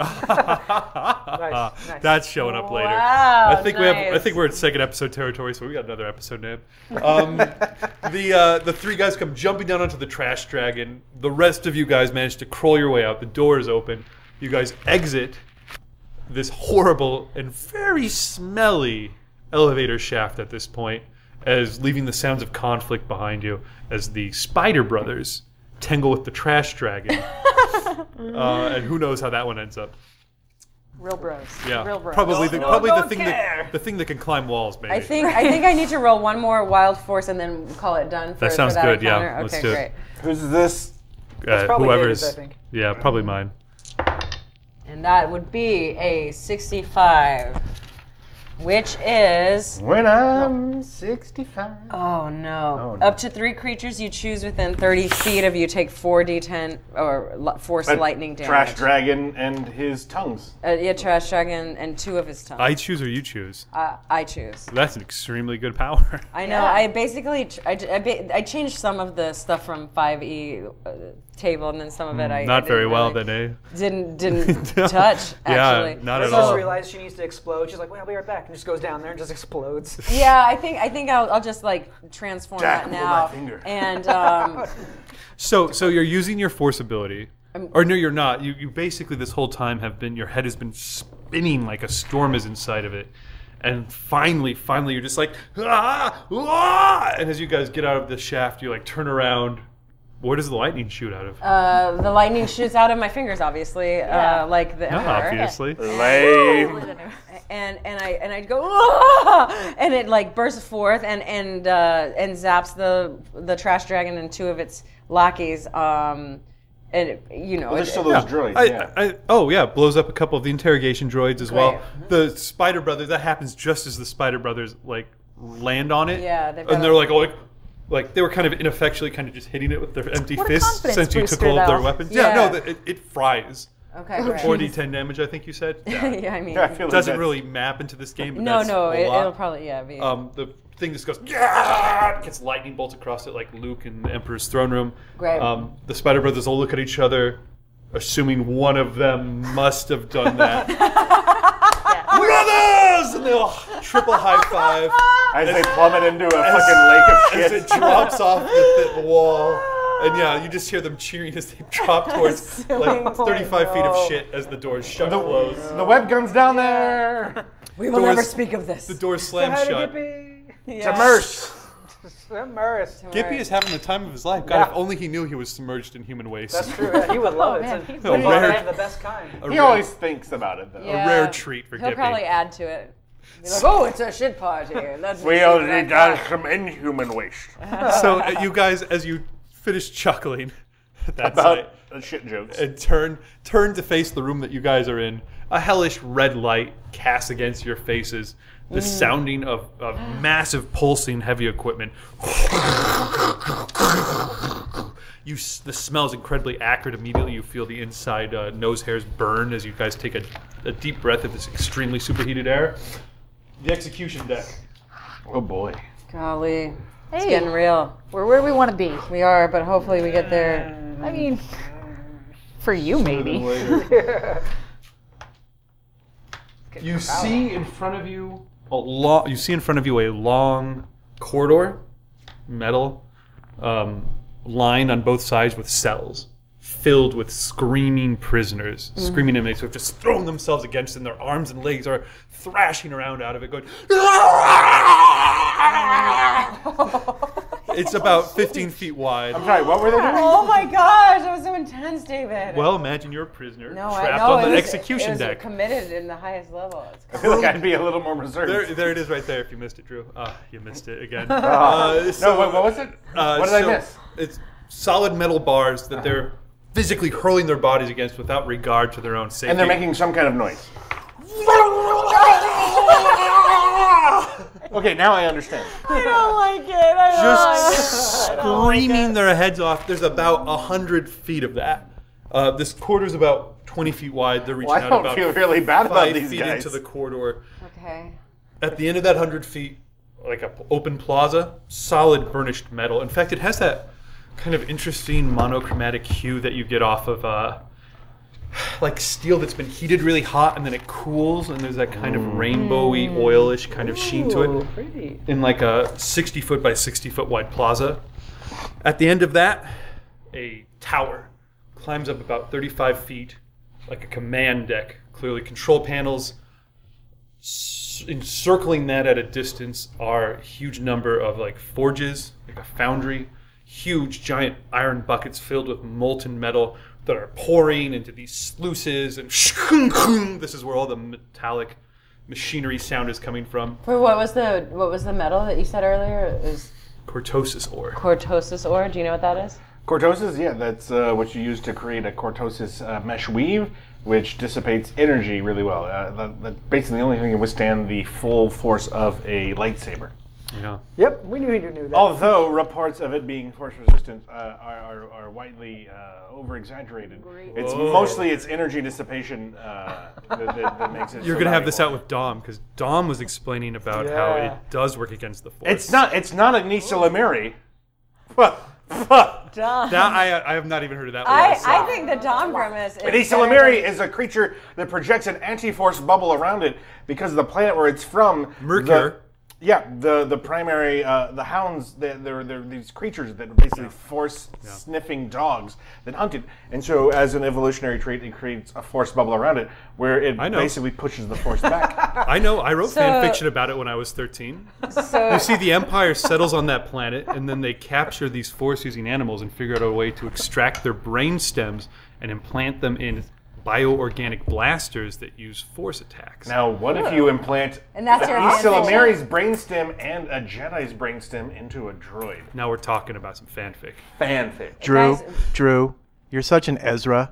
nice, nice. That's showing up later. Wow, I think we have. I Oh, nice. think we're in second episode territory, so we got another episode name. Um, the uh, the three guys come jumping down onto the trash dragon. The rest of you guys manage to crawl your way out. The door is open. You guys exit this horrible and very smelly elevator shaft at this point, as leaving the sounds of conflict behind you. As the Spider Brothers tangle with the trash dragon. uh, and who knows how that one ends up? Real bros. Yeah, Real bros. probably the probably the don't thing care. that the thing that can climb walls. Maybe I think I think I need to roll one more wild force and then call it done. For, for sounds that good, yeah. encounter. Okay, Let's do it. great. Who's this? uh, probably whoever's David's, I think. yeah, probably mine. And that would be a 65, which is When I'm 65. oh no. Oh, no. Up to three creatures you choose within 30 feet of you take 4d10 or li- force lightning damage. Trash dragon and his tongues. Uh, yeah, trash dragon and two of his tongues. I choose or you choose. I, I choose. That's an extremely good power. *laughs* I know. I basically tr- I, j- I ba- I changed some of the stuff from 5e uh, table and then some of it I I Mm, Not very didn't well really- then, *laughs* didn't didn't touch eh? actually. Yeah, *laughs* not at She just all. realized she needs to explode. She's like, "Wait, I'll be right back," and just goes down there and just *laughs* explodes. Yeah, I think I think I'll, I'll just like transform Jack, hold that my now. finger. And um, So, so you're using your force ability, or no, you're not. You, you basically this whole time have been your head has been spinning like a storm is inside of it, and finally, finally, you're just like ah, ah! and as you guys get out of the shaft, you like turn around. Where does the lightning shoot out of? uh, the lightning shoots out of my fingers, obviously, Yeah. uh, like the Not Emperor. obviously. Lame. And and I and I'd go "Ah!" and it like bursts forth and and uh, and zaps the the trash dragon and two of its lockies. Um, and it, you know, There's it- still those droids. I, yeah. I, oh yeah, blows up a couple of the interrogation droids as well. Great. The Spider Brothers that happens just as the Spider Brothers like land on it. Yeah, they've got and they're a- like, oh, like, like they were kind of ineffectually, kind of just hitting it with their empty What a fists confidence since you took booster, all of their though. weapons. Yeah, no, Yeah. the, it, it fries. okay, great. Four d ten damage, I think you said. Yeah. *laughs* yeah, I mean, Yeah, I feel like Doesn't that's- really map into this game. But no, that's no, a it, lot. it'll probably yeah be. Um, the thing just goes "Yeah!" gets lightning bolts across it like Luke in the Emperor's throne room. Great. Um, the Spider Brothers all look at each other, assuming one of them must have done that. Brothers! And they all triple high five As they plummet into a fucking lake as of it shit. drops off the, the wall. And yeah, you just hear them cheering as they drop towards like 35 feet of shit as the doors shut The, close. the web gun's down there. we will doors- never speak of this. The doors slam shut. It's immersed. Immersed. Gippy is having the time of his life. God, if only he knew he was submerged in human waste. That's true. Yeah, he would love it. man, It's a- he Oh, Oh, he's A probably rare- the best kind. a He rare- always thinks about it though. Yeah. rare treat for Oh, He'll Gippy. probably add to it. Be like, oh, it's a shit party. Let's We see what I only got." got some inhuman waste. so uh, you guys, as you finish chuckling *laughs* at that sight, About the shit jokes. and turn turn to face the room that you guys are in, a hellish red light casts against your faces. The Mm. sounding of, *gasps* of massive pulsing heavy equipment. You s- the smell is incredibly acrid. Immediately, you feel the inside uh, nose hairs burn as you guys take a, a deep breath of this extremely superheated air. The execution deck. Oh boy. Golly, it's Hey. getting real. We're where we want to be. We are, but hopefully we get there. I mean, for you maybe. You see in front of you a long. You see in front of you a long corridor, metal, um, lined on both sides with cells filled with screaming prisoners, Mm. screaming inmates who have just thrown themselves against it. And their arms and legs are thrashing around out of it, *laughs* going. it's about 15 feet wide. I'm sorry, what were they doing? *laughs* Oh my gosh, that was so intense, David. Well, imagine you're a prisoner no, I trapped know. on it the was- execution it was deck. Committed in the highest level. *laughs* It's *laughs* I feel like I'd be a little more reserved. There, there it is right there if you missed it, Drew. Ah, you missed it again. *laughs* Ah. Uh, so, no, what, what was it? uh, what did so I miss? It's solid metal bars that they're physically hurling their bodies against without regard to their own safety. And they're making some kind of noise. okay, now I understand. just screaming their heads off. There's about a hundred feet of that. Uh, this corridor's about 20 feet wide. They're reaching Well, I out don't about feel really bad about five these feet guys. into the corridor. okay. at the end of that 100 feet, like a p- open plaza, solid burnished metal. In fact, it has that kind of interesting monochromatic hue that you get off of uh, like steel that's been heated really hot and then it cools and there's that kind of rainbowy, oilish kind of sheen to it. In like a 60 foot by 60 foot wide plaza. At the end of that, a tower climbs up about 35 feet, like a command deck, clearly control panels encircling that at a distance are a huge number of like forges, like a foundry, huge, giant iron buckets filled with molten metal that are pouring into these sluices, and *laughs* this is where all the metallic machinery sound is coming from. Wait, what was the what was the metal that you said earlier? It was Cortosis ore. cortosis ore. Do you know what that is? Cortosis, yeah, that's uh, what you use to create a cortosis uh, mesh weave, which dissipates energy really well. Uh, that, that's basically the only thing that withstand the full force of a lightsaber. Yeah. Yep, we knew you knew that. Although reports of it being force resistant uh, are, are, are widely uh, over exaggerated, it's mostly its energy dissipation uh, that, that, that makes it. You're so gonna have this out valuable. with Dom because Dom was explaining about how Yeah. it does work against the force. It's not. It's not a Nisa *laughs* Lemuri. Nisa that. I I have not even heard of that. I, one, so- I think the Dom grimace is. better Lemuri than- is a creature that projects an anti-force bubble around it because of the planet where it's from. the- Mercure. yeah, the the primary uh, the hounds they, they're they're these creatures that are basically force sniffing dogs that hunt it, and so as an evolutionary trait, it creates a force bubble around it where it I know. basically pushes the force *laughs* back. I know. I wrote So- fan fiction about it when I was 13. *laughs* So, See, the Empire settles on that planet, and then they capture these force-using animals and figure out a way to extract their brain stems and implant them in bioorganic blasters that use force attacks. now, what if you implant And that's your Nisa hand Lemuri's brainstem and a Jedi's brainstem into a droid? now we're talking about some fanfic. Fanfic. Drew, Guys- um, Drew, you're such an Ezra.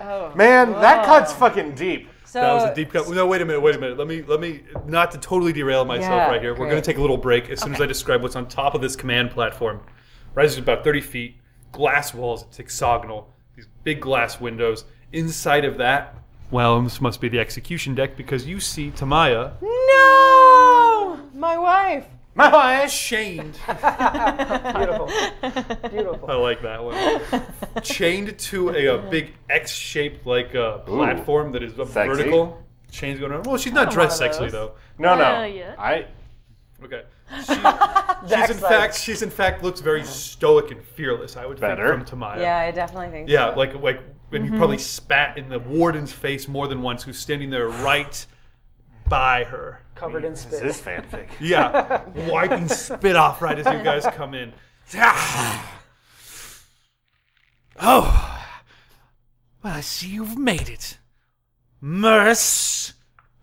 Man, that cut's fucking deep. oh. so That was a deep cut. No, wait a minute, wait a minute. Let me, let me, not to totally derail myself Yeah, right here. We're great. going to take a little break as soon as I describe what's on top of this command platform. Rises about 30 feet, glass walls, it's hexagonal, these big glass windows. Inside of that, well, this must be the execution deck because you see Tamaya No, my *laughs* wife. My wife. chained. Beautiful. Beautiful. I like that one. chained to a, a big X-shaped like uh, platform that is a Sexy. vertical. Chains going around. Well, she's not dressed sexily though. No, no. Uh, yeah. I Okay. She, she's in fact she's in fact looks very stoic and fearless. I would Better. think from Tamaya. *laughs* Yeah, I definitely think. Yeah, like like and you probably spat in the warden's face more than once, who's standing there right by her. Covered in this spit. is fanfic. Yeah, wiping spit off right as you guys come in. *sighs* Oh, well, I see you've made it. Merce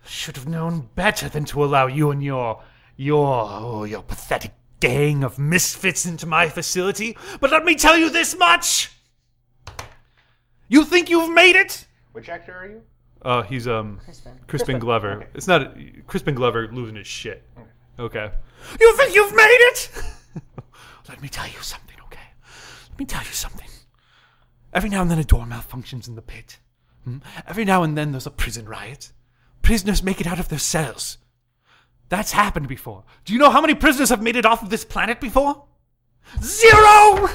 should have known better than to allow you and your your oh, your pathetic gang of misfits into my facility. But let me tell you this much: you think you've made it. *laughs* Which actor are you? Uh, he's um Crispin, Glover. It's not Crispin Glover losing his shit. Okay. You think you've made it? *laughs* Let me tell you something, okay? Let me tell you something. Every now and then a door malfunctions in the pit. Hmm? Every now and then there's a prison riot. Prisoners make it out of their cells. That's happened before. Do you know how many prisoners have made it off of this planet before? Zero!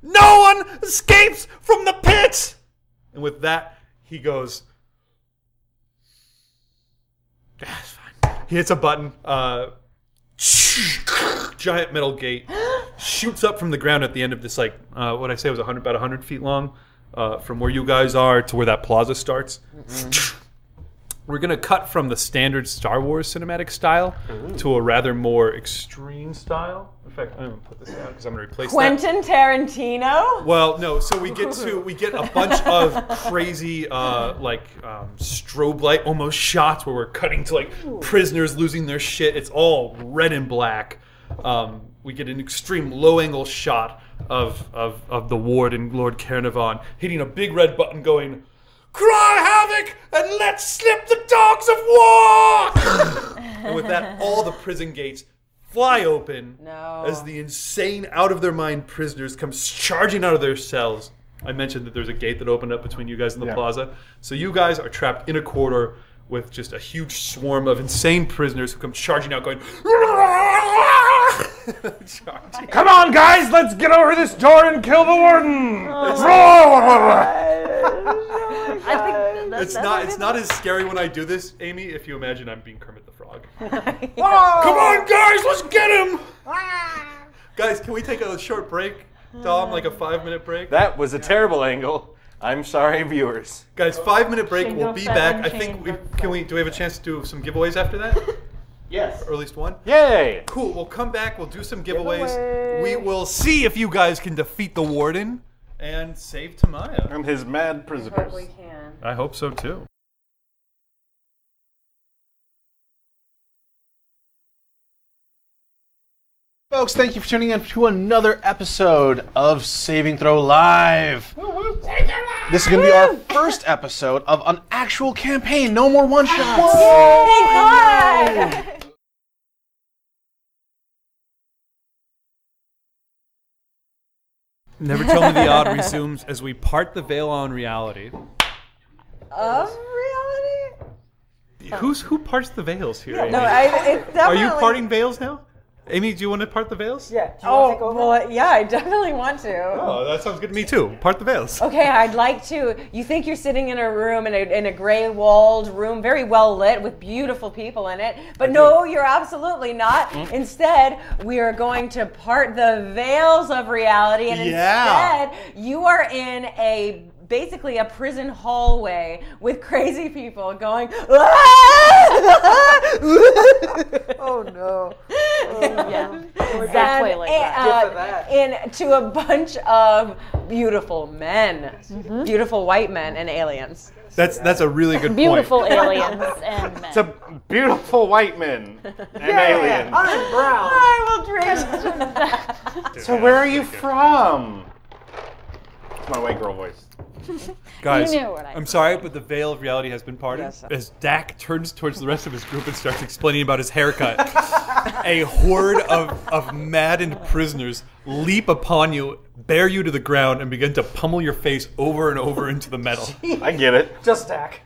No one escapes from the pit! And with that, he goes, That's fine. He hits a button. Uh, *sniffs* giant metal gate *gasps* shoots up from the ground at the end of this, like uh, what I say was 100, about 100 feet long, uh, from where you guys are to where that plaza starts. We're gonna cut from the standard Star Wars cinematic style to a rather more extreme style. In fact, I'm gonna put this down because I'm gonna replace that. Quentin Tarantino. Well, no. So we get to we get a bunch of crazy uh, like um, strobe light almost shots where we're cutting to like prisoners losing their shit. It's all red and black. Um, we get an extreme low angle shot of of, of the ward and Lord Carnarvon hitting a big red button, going "Cry havoc and let slip the dogs of war." *laughs* and with that, all the prison gates fly open No. as the insane, out of their mind prisoners come charging out of their cells. I mentioned that there's a gate that opened up between you guys and the Yeah. plaza. So you guys are trapped in a corridor with just a huge swarm of insane prisoners who come charging out, going. charging. Come on, guys, let's get over this door and kill the warden. Roar! I think that's It's not. It's not as scary when I do this, Amy. If you imagine I'm being Kermit the Frog. Ah, Come on, guys, let's get him! guys, can we take a short break? Dom, like a five-minute *laughs* break. that was a terrible angle. I'm sorry, viewers. Guys, five minute break. Change We'll of be seven, back. I change think we of *laughs* can we do we have a chance to do some giveaways after that? Yes. or at least one. Yay! Cool. We'll come back. We'll do some giveaways. We will see if you guys can defeat the warden and save Tamaya. And his mad prisoners. We can. I hope so too. Folks, thank you for tuning in to another episode of Saving Throw Live. This is going to be our first episode of an actual campaign. No more one shots. Never Tell Me the Odd resumes as we part the veil on reality. Of reality? Who's who parts the veils here? Amy? No, I, it definitely. Are you parting veils now? Amy, do you want to part the veils? Yeah. Do you wanna take Oh, over? well, yeah, I definitely want to. Oh, that sounds good to me too. Part the veils. Oh, Okay, I'd like to. You think you're sitting in a room in a, in a gray walled room, very well lit with beautiful people in it, but no, you're absolutely not. Mm. Instead, we are going to part the veils of reality, and Yeah. instead, you are in a basically a prison hallway with crazy people going. *laughs* *laughs* Oh no. yeah. Exactly like And, uh, that. Good for that. and to a bunch of beautiful men, Mm-hmm. beautiful white men, and aliens. That's that's a really good *laughs* Beautiful point. aliens and men. It's a beautiful white men and aliens. I'm brown. I will dream. *laughs* So where are you from? It's my white girl *laughs* voice. Guys, You knew what I am sorry, but the veil of reality has been parted. As Dak turns towards the rest of his group and starts explaining about his haircut, a horde of, of maddened prisoners leap upon you, bear you to the ground, and begin to pummel your face over and over into the metal. I get it. Just stack.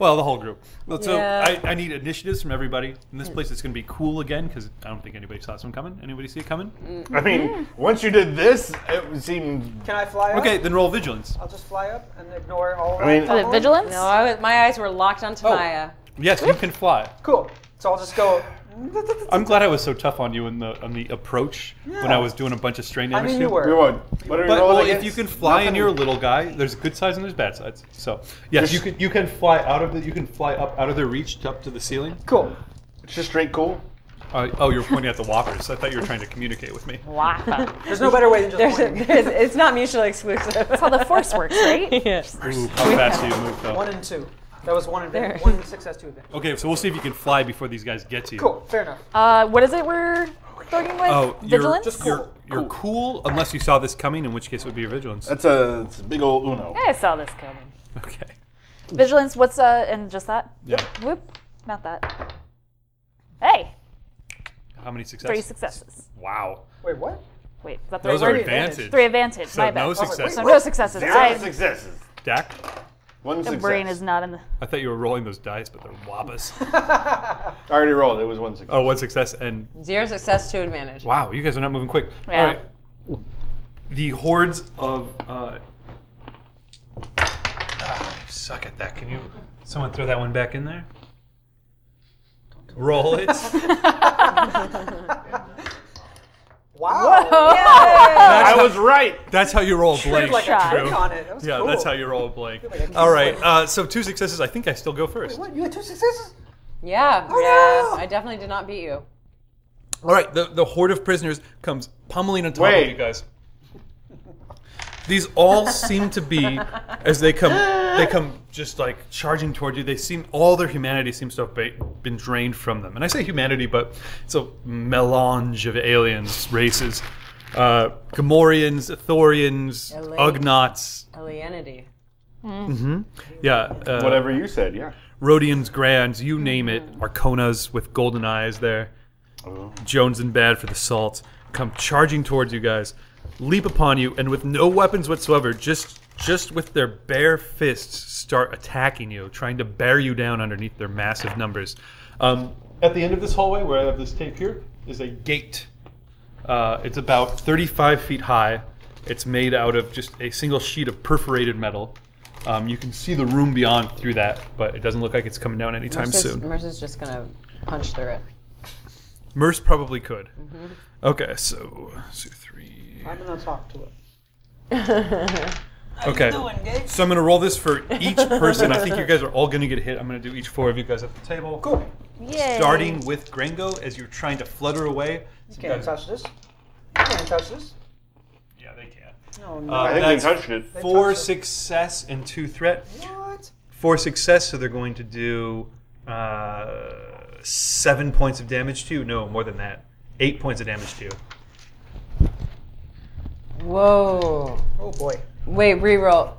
Well, the whole group. Well, So Yeah. I, I need initiatives from everybody. In this place, it's going to be cool again because I don't think anybody saw this one coming. Anybody see it coming? I mean, once you did this, it seemed. Can I fly up? Okay, then roll vigilance. I'll just fly up and ignore all. I mean- that Was it tumbling? vigilance? no, I was, my eyes were locked on Tamaya. Yes, you can fly. Cool. So I'll just go. I'm glad I was so tough on you in the on the approach when I was doing a bunch of strain I damage. mean, to you We were. won't. What are we But rolling well, if against? you can fly in Nothing. your little guy, there's good sides and there's bad sides. So yes, you can you can fly out of the you can fly up out of their reach up to the ceiling. Cool. It's just straight cool. Uh, oh, you're pointing at the walkers. I thought you were trying to communicate with me. Wow. There's no better way than just There's a, *laughs* one. there's, it's not mutually exclusive. That's how the force works, right? Yes. Ooh, how fast do you move One though? and two. That was one advantage. There. One success, two advantage. Okay, so we'll see if you can fly before these guys get to you. Cool. Fair enough. Uh, what is it we're starting with? Oh, you're, Vigilance? Just you're, you're cool unless you saw this coming, in which case it would be your vigilance. That's a, it's a big old Uno. I saw this coming. *laughs* okay. Vigilance, what's uh, and just that? Yeah. Whoop, not that. Hey, How many successes? three successes. Wow. Wait, *laughs* what? Wait, is that the Those right are word? advantage. Three advantage, So my bad. no successes. So no successes. Zero I, successes. Dak, One the success. brain is not in the. I thought you were rolling those dice, but they're wabas. I already rolled. It was one success. *laughs* oh, one success and *laughs* Zero success, two advantage. Wow, you guys are not moving quick. Yeah. All right. The hordes of. Uh, ah, I suck at that. Can you. Someone throw that one back in there? Roll *laughs* it. Wow. That's I how- was Oh, right. That's how you roll a blank. like Shot. a trick on it. That was Yeah, cool. that's how you roll a blank. All right, uh, so two successes. I think I still go first. What? You had two successes? Yeah. no! yeah. I definitely did not beat you. All right, the, the horde of prisoners comes pummeling on top of Wait. you guys. These all seem to be, as they come, they come just like charging toward you. They seem all their humanity seems to have ba- been drained from them. And I say humanity, but it's a melange of aliens, races, uh, Gamorreans, Ithorians, LA. Ugnaughts, Alienity. yeah, uh, Whatever you said, yeah. Rhodians, Grands, you name it. Arconas with golden eyes there. Jones and Bad for the salt come charging towards you guys, leap upon you, and with no weapons whatsoever, just just with their bare fists start attacking you, trying to bear you down underneath their massive numbers. Um, At the end of this hallway, where I have this tape here, is a gate. Uh, it's about 35 feet high. It's made out of just a single sheet of perforated metal. Um, you can see the room beyond through that, but it doesn't look like it's coming down anytime Mercer's, soon. Mercer's just gonna punch through it. Merce probably could. Mm-hmm. Okay, so two, three. *laughs* I'm gonna talk to it. Okay. So I'm gonna roll this for each person. I think you guys are all gonna get hit. I'm gonna do each four of you guys at the table. Cool. Yay. Starting with Grengo as you're trying to flutter away. Some Can't guys- touch this. Can't touch this. yeah, they can. No, no. Uh, I think that's they touched it. Four touched it. success and two threat. what? Four success, so they're going to do uh, seven points of damage to you. No, more than that. Eight points of damage to you. Whoa. Oh boy. Wait, reroll.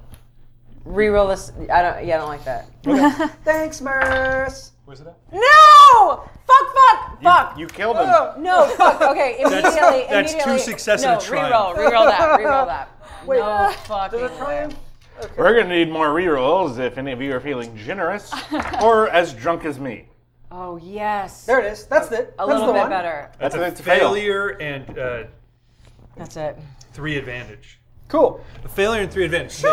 Reroll this. I don't. Yeah, I don't like that. Thanks, Merce. Where's it at? No! Fuck! Fuck! Fuck! You killed Oh. him. Oh, no! Fuck! Okay, immediately. that's two immediately. success no, and a triumph. reroll. Reroll that. Reroll *laughs* that. Wait. No fucking. Does it way. triumph? We're gonna need more rerolls if any of you are feeling *laughs* generous or as drunk as me. Oh yes. There it is. That's it. A That's little the bit one. better. That's, a, it's a fail. Failure and uh, That's it. three advantage. Cool. A failure and three advantage. They-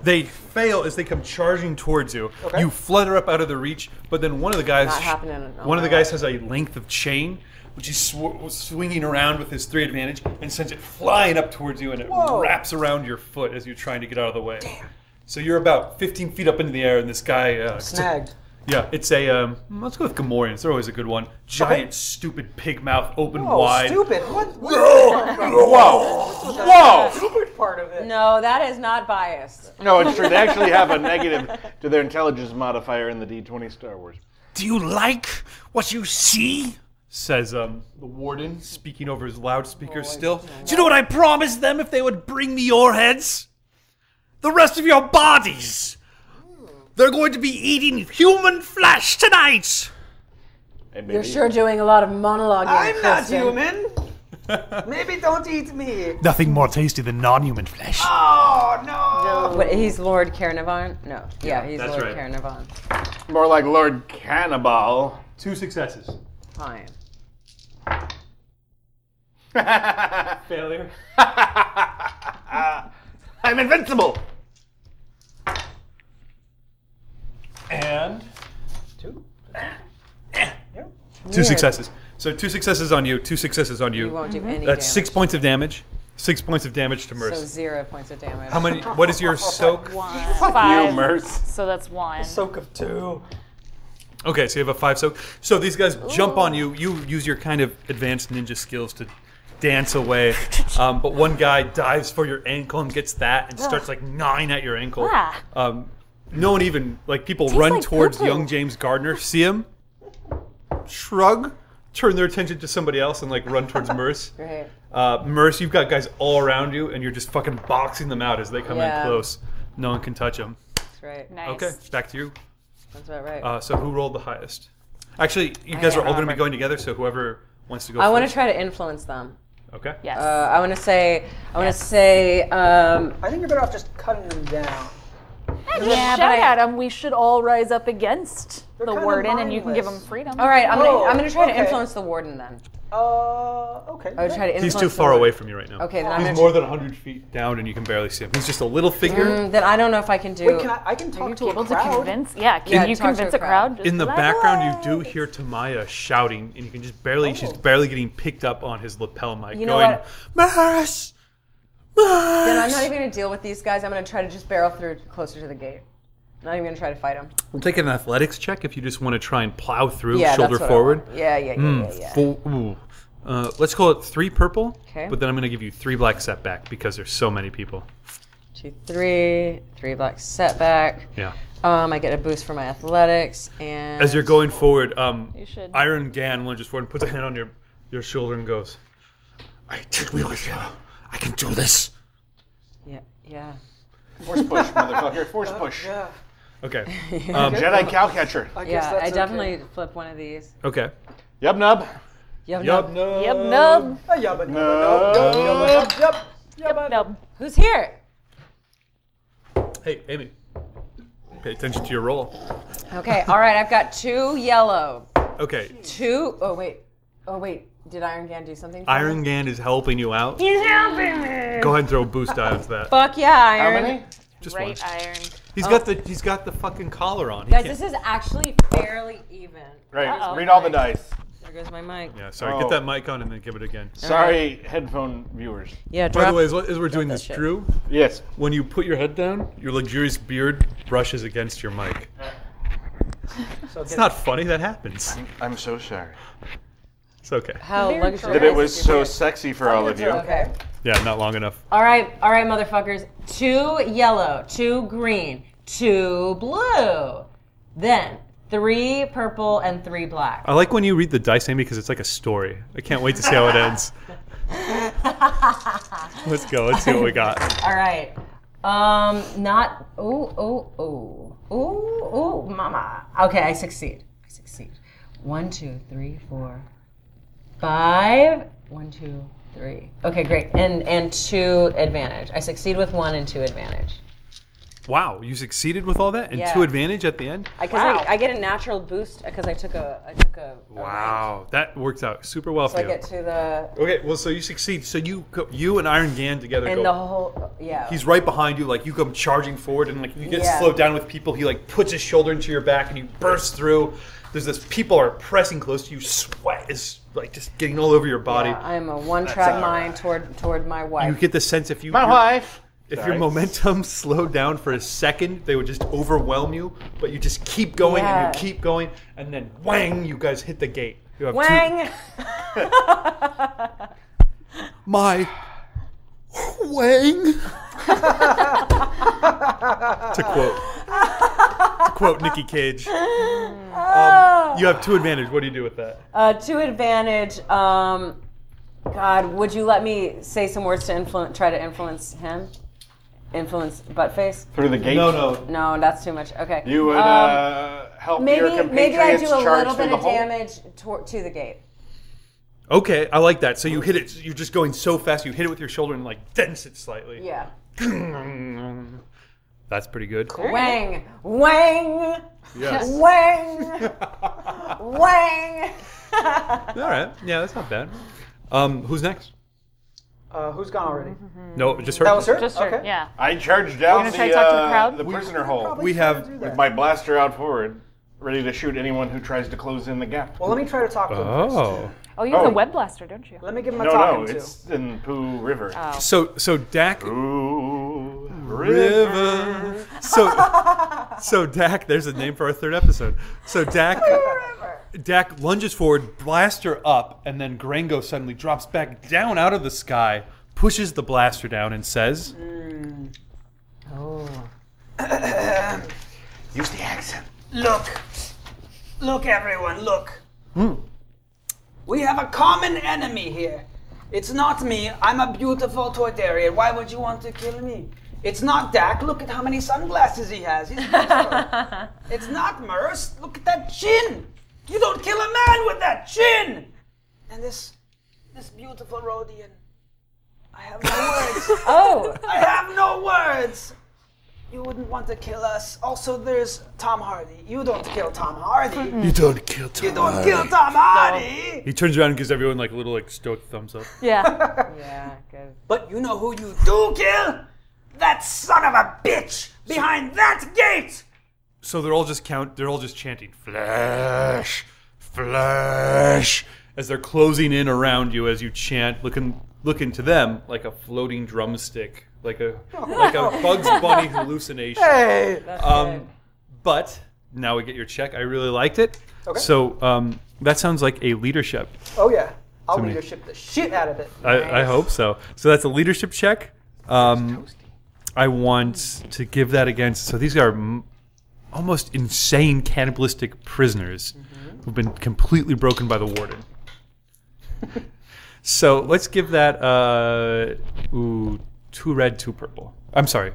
They, fail as they come charging towards you. You flutter up out of their reach, but then one of the guys, Not happening in all one of my the guys has a length of chain, which he's sw- swinging around with his three advantage and sends it flying up towards you, and it wraps around your foot as you're trying to get out of the way. So you're about 15 feet up into the air, and this guy uh, it's a- Snagged. yeah, it's a um, let's go with Gamorreans. They're always a good one. Giant, stupid pig mouth, open Oh, wide. stupid. What? Where did that come from? Whoa! Whoa! Stupid part of it. No, that is not biased. No, it's true. They actually have a negative to their intelligence modifier in the D20 Star Wars. Do you like what you see? Says um, the warden, speaking over his loudspeaker still. Do you know what I promised them if they would bring me your heads? The rest of your bodies! They're going to be eating human flesh tonight! And You're maybe- sure doing a lot of monologuing. I'm not Kristen. human. Maybe don't eat me. Nothing more tasty than non human flesh. Oh no. But he's Lord Carnarvon. No. Yeah, he's that's Lord right. Carnarvon. More like Lord Cannibal. Two successes. Fine. *laughs* Failure. I'm invincible. And. Two? Two successes. So two successes on you, two successes on you. You won't do Mm-hmm. any That's damage. six points of damage. Six points of damage to Merce. So zero points of damage. How many? What is your soak? Five. You merce. So that's one. Soak of two. Okay, so you have a five soak. So these guys jump on you. You use your kind of advanced ninja skills to dance away. Um, but one guy dives for your ankle and gets that and starts like gnawing at your ankle. Ah. Um, no one even like people run like towards poo-poo. young James Gardner, see him, shrug, turn their attention to somebody else, and like run towards Merce. Right. Uh, Merce, you've got guys all around you, and you're just fucking boxing them out as they come Yeah. in close. No one can touch them. That's right. nice. Okay, back to you. That's about right. Uh, so who rolled the highest? Actually, you guys are all going to be going together, so whoever wants to go I first. want to try to influence them. Okay. Yes. Uh, I want to say. I want to say. Um, I think you're better off just cutting them down. yeah, but shout I- at him. We should all rise up against the kinda warden, and you can give him mindless. freedom. all right. I'm Whoa, gonna. I'm gonna try to Oh, okay. influence the warden then. Uh, okay. I would try to influence. He's too far the away warden. from you right now. Okay, then I'm He's gonna. more than 100 feet down, and you can barely see him. He's just a little figure. Mm, then I don't know if I can do. Wait, can I? I can Are you talk to able a to crowd. convince? Yeah, can Yeah, you talk to a convince a crowd. crowd? Just In the like, background, you do hear Tamaya shouting, and you can just barely, she's barely getting picked up on his lapel mic, Oh. You know going, what? Maris! Then I'm not even gonna deal with these guys. I'm gonna try to just barrel through closer to the gate. Not even gonna try to fight them. We'll take an athletics check if you just want to try and plow through, Yeah, shoulder that's what I forward. Hmm. want. Yeah, yeah, yeah, yeah, yeah. Four, ooh. Uh, let's call it three purple, Okay. but then I'm going to give you three black setback because there's so many people. Two, three, three blocks setback. Yeah. Um, I get a boost for my athletics and. As you're going forward, um, should. Iron Gan lunges forward and puts a hand on your, your shoulder and goes, I did we with you. I can do this. Yeah, yeah. Force push, motherfucker. Force push. Yeah. *laughs* Okay. Um, Jedi cow catcher. I guess Yeah, that's I definitely Okay. flip one of these. okay. Yub nub. Yum, Yup. yum. No. Yep, nub, Uh, yeah, but uh, no, no, no, no, no, no, no. yep, nub. Who's here? Hey, Amy. Pay attention to your roll. Okay, all right. I've got two yellow. Okay. Two. Oh wait. Oh wait. Did Iron Gan do something? for me? Iron Gan is helping you out. He's helping me. Go ahead and throw a boost die onto that. Fuck Oh. yeah, Iron. Just one. Right iron. He's got the he's got the fucking collar on. He Guys, can't- this is actually fairly even. Right. Uh-oh. Read all the dice. There goes my mic. Yeah, sorry. Oh. Get that mic on and then give it again. Sorry, headphone viewers. Yeah, By drop. the way, as, as we're doing that this, shit. Drew, Yes. when you put your head down, your luxurious beard brushes against your mic. So It's not funny. That happens. I'm so sorry. It's okay. how Very luxurious. That it was is your so sexy for all of you. Okay. Yeah, not long enough. All right, all right, motherfuckers. Two yellow, two green, two blue. Then three purple and three black. *laughs* I like when you read the dice, Amy, because it's like a story. I can't wait to see *laughs* how it ends. Let's go. Let's see what we got. All right. Um, not. Ooh, ooh, ooh, ooh, ooh, mama. Okay, I succeed. I succeed. One, two, three, four, five. One, two, three. Okay, great. And and two advantage. I succeed with one and two advantage. Wow, you succeeded with all that and Yeah. two advantage at the end. Because I, I get a natural boost because I took a I took a. a rank. Wow, that worked out super well So I for you. get to the Okay, well, so you succeed. So you go- you and Iron Gan together and go. the whole yeah. He's right behind you, like you come charging forward, and like you get Yeah. slowed down with people. He like puts his shoulder into your back, and you burst through. There's this people are pressing close to you. Sweat is like just getting all over your body. Yeah, I'm a one track all mind toward toward my You wife. get the sense if you My wife. if your Sorry. momentum *laughs* slowed down for a second, they would just overwhelm you. But you just keep going Yeah. and you keep going, and then whang! You guys hit the gate. You have two- *laughs* *laughs* Wang. my wang. *laughs* to quote, to quote Nikki Cage, um, you have two advantage. What do you do with that? Uh, to advantage, um, God, would you let me say some words to influence, try to influence him? Influence Buttface? Through the gate. No, no. No, that's too much. Okay. You would Um, uh, help your maybe, compatriots maybe I do a charge little through bit the of hole. damage to, to the gate. Okay, I like that. So you hit it. You're just going so fast. You hit it with your shoulder and like dents it slightly. Yeah. *clears throat* That's pretty good. *laughs* Wang! Wang! Yes. *laughs* Wang! Wang! All right. Yeah, that's not bad. Um, who's next? Uh, who's gone *laughs* already? No, just her. That was her. Just okay. her, yeah. I charged down gonna the, try to talk to the uh, crowd? the prisoner hole We have. with my blaster out forward, ready to shoot anyone who tries to close in the gap. Well, let me try to talk to him. first. Oh. Oh, you have Oh. the web blaster, don't you? Let me give him a no, talking no, to. it's in Pooh River. Oh. So so Dak Pooh River. So, so Dak, there's a name for our third episode. So Dak, Dak lunges forward, blaster up, and then Grango suddenly drops back down out of the sky, pushes the blaster down, and says, Use the accent. Look, look, everyone, look. We have a common enemy here. It's not me. I'm a beautiful Toydarian. Why would you want to kill me? It's not Dak. Look at how many sunglasses he has. He's beautiful. it's not Merce. Look at that chin. You don't kill a man with that chin. And this, this beautiful Rhodian. I have no words. Oh! I have no words. You wouldn't want to kill us. Also, there's Tom Hardy. You don't kill Tom Hardy. "You don't kill Tom." You don't kill Tom Hardy. He turns around and gives everyone like a little like stoked thumbs up. *laughs* Yeah. Yeah, good. But you know who you do kill? That son of a bitch behind that gate. So they're all just count. They're all just chanting "flash, flash" as they're closing in around you as you chant, looking looking to them like a floating drumstick, like a like a Bugs Bunny hallucination. um, but now we get your check. I really liked it. Okay. So um, that sounds like a leadership. Oh yeah, I'll me. leadership the shit out of it. I, I hope so. So that's a leadership check. Um, I want to give that against. So these are m- almost insane cannibalistic prisoners who've been completely broken by the warden. so let's give that uh, ooh, two red, two purple. I'm sorry,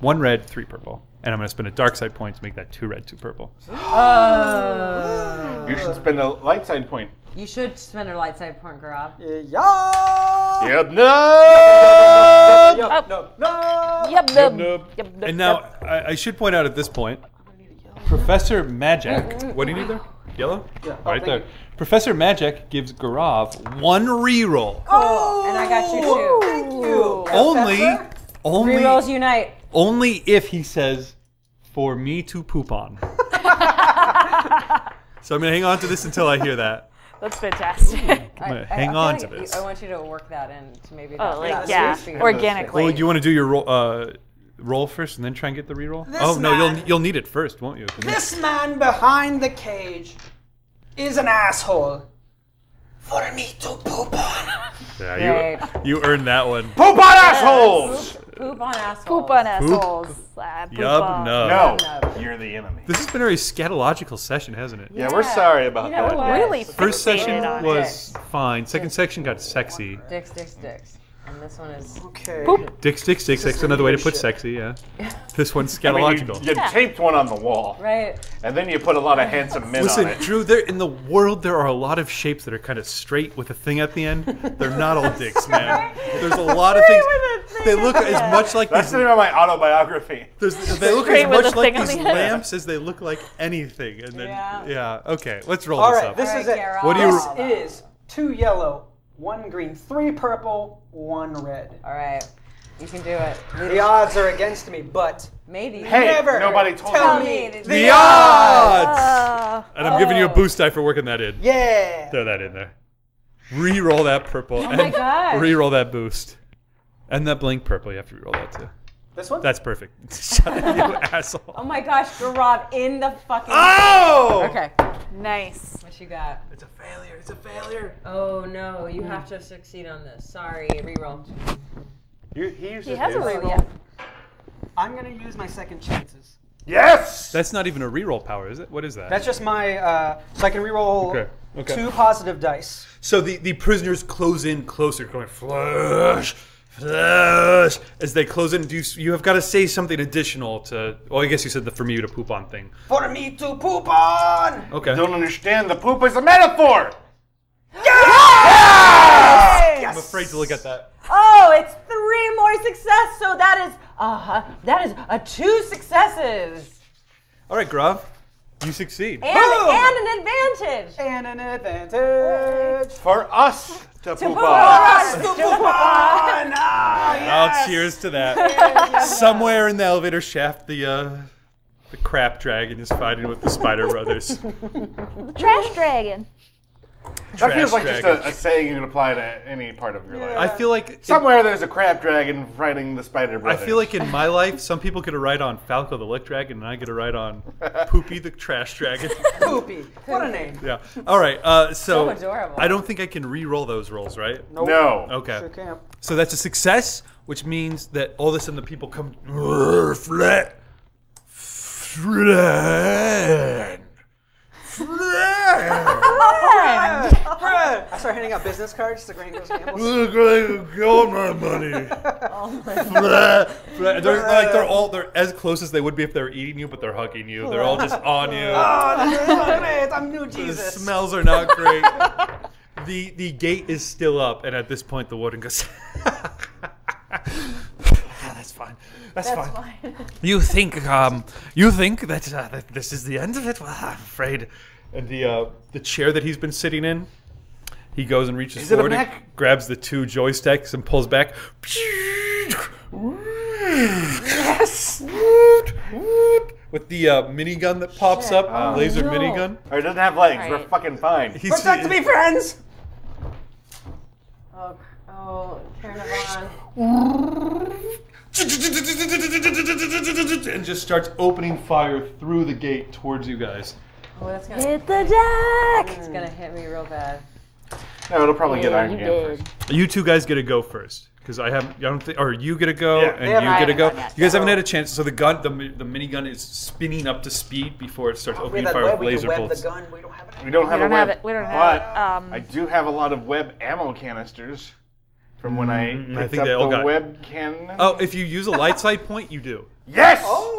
one red, three purple. And I'm going to spend a dark side point to make that two red, two purple. You should spend a light side point. You should spend a light side point, Garab. Yeah. Yep. No. Yup, No. No. Yep, dub. Yep, dub. And now I, I should point out at this point, Professor Magic. What do you need there? Yellow. Yeah. Mm-hmm. Oh, Right thank there. you. Professor Magic gives Garov one reroll. Oh, And I got you too. only, only, Rerolls unite. only if he says, "For *laughs* me to poop on." so I'm gonna hang on to this until I hear that. That's fantastic. I- gonna I- hang I feel on like to you- this. I want you to work that in to maybe. Oh, that- *laughs* like that yeah, space for you. organically. Well, do you want to do your roll, uh, roll first and then try and get the reroll? This oh no, man- you'll you'll need it first, won't you? This man behind the cage is an asshole. For me to poop on. Yeah, you you earned that one. Poop on assholes! Poop on asshole. poop on assholes. Ah, poop Yub on- nub. No, you're the enemy. This has been a very scatological session, hasn't it? Yeah, we're sorry about Yeah, that. we're really First fixated session on it. was fine. Second section got sexy. Dicks, dicks, dicks. And this one is. Okay. Dicks, dicks, dicks. That's another way to put sexy. Yeah. This one's scatological. You, you taped one on the wall, Right. and then you put a lot of handsome men Listen, on it. Drew. There in the world, there are a lot of shapes that are kind of straight with a thing at the end. They're not all dicks, man. There's a lot of things. They look as much like That's these. the name of my autobiography. there's- They look as Straight with much a like thing on these the end. lamps as they look like anything. And then, yeah. Yeah. Okay, let's roll All this right, up. this is it. Garrow. What do you- This is two yellow, one green, three purple, one red. All right. You can do it. The odds are against me, but Maybe. Hey, never nobody told tell me. me. Maybe. the odds. Ah, and I'm giving you a boost die for working that in. Yeah. Throw that in there. Reroll that purple. Oh my gosh. Reroll that boost. And that blank purple. You have to reroll that too. This one? That's perfect. *laughs* Shut up, you asshole. Oh my gosh, Garab in the fucking. Oh! Okay. nice. What you got? It's a failure. It's a failure. Oh no, you have to succeed on this. Sorry, reroll. You, he uses He has a his. reroll. Yeah. I'm gonna use my second chances. Yes! That's not even a reroll power, is it? What is that? That's just my. Uh, so I can reroll Okay, okay. two positive dice. so the, the prisoners close in closer, going flush, flush. As they close in, do you, you have got to say something additional to. Well, I guess you said the for me to poop on thing. For me to poop on. Okay. don't understand. The poop is a metaphor. I'm afraid to look at that. Oh, it's three more success, so that is uh huh. That is a two successes All right, Grav, you succeed. and, and an advantage. And an advantage. For us to, poop on. Us to poop on. Ah, Oh, cheers to that. Somewhere in the elevator shaft, the uh, the crap dragon is fighting with the spider brothers. Trash dragon. That feels like Trash just dragon. a, a saying you can apply to any part of your I life. feel like Somewhere there's a crab dragon fighting the spider I brothers. feel like in my life, some people get a ride on Falco the Lick Dragon, and I get a ride on Poopy the Trash Dragon. Poopy. What a name. yeah. All right. Uh, so So adorable. I don't think I can re-roll those rolls, right? No. Okay. Sure can. So that's a success, which means that all of a sudden the people come "Rrr, flat, flat, flat. *laughs* Bruh. I start handing out business cards to Graham Goes Gamble. Look like you got my money. Blah, blah. they're like they're all they're as close as they would be if they were eating you, but they're hugging you. They're all just on you. Oh, this is so great. I'm new The Jesus. smells are not great. the the gate is still up, and at this point the warden goes. *laughs* "Ah, That's fine. That's, fine. You think um you think that, uh, that this is the end of it? Well, I'm afraid. And the uh, the chair that he's been sitting in, he goes and reaches Is it a forward, and Mac? grabs the two joysticks and pulls back. Yes. With the uh, minigun that pops up, laser minigun. Or it doesn't have legs. We're Right. fucking fine. He's, Protect me, friends. Oh, oh, Carnivon. and just starts opening fire through the gate towards you guys. Oh, that's gonna, Hit the deck. it's gonna hit me real bad. No, it'll probably get Iron you Hand first. did. You two guys get to go first because I haven't. I don't think, or you get to go Yeah. and They you haven't get to go. had that, You guys so- haven't had a chance. So the gun, the mi- the minigun is spinning up to speed before it starts We opening have that fire web. We with can laser web the bolts. gun. We don't have it. We don't have We don't a web. have it. We don't have but it. Um, I do have a lot of web ammo canisters from when I Mm, I picked think up they all the got- web cannon. Oh, if you use a light side point, *laughs* you do. yes! Oh.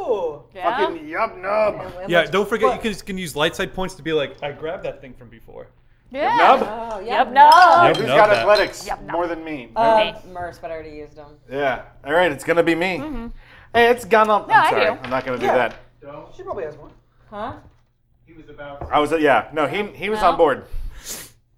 Yeah. Fucking yub nub. Yeah, don't forget you can, you can use light side points to be like, I grabbed that thing from before. Yeah. Nub? Oh, yeah. Yep. No. *laughs* Yep, Who's nub got that. athletics more than me? Um, Uh, Merce, but I already used them. Yeah. All right, it's gonna be me. Hey, it's gone up. I'm Mm-hmm. I sorry. do. I'm not gonna do Yeah. that. She probably has one. Huh? I was. Yeah. No, he he was on board.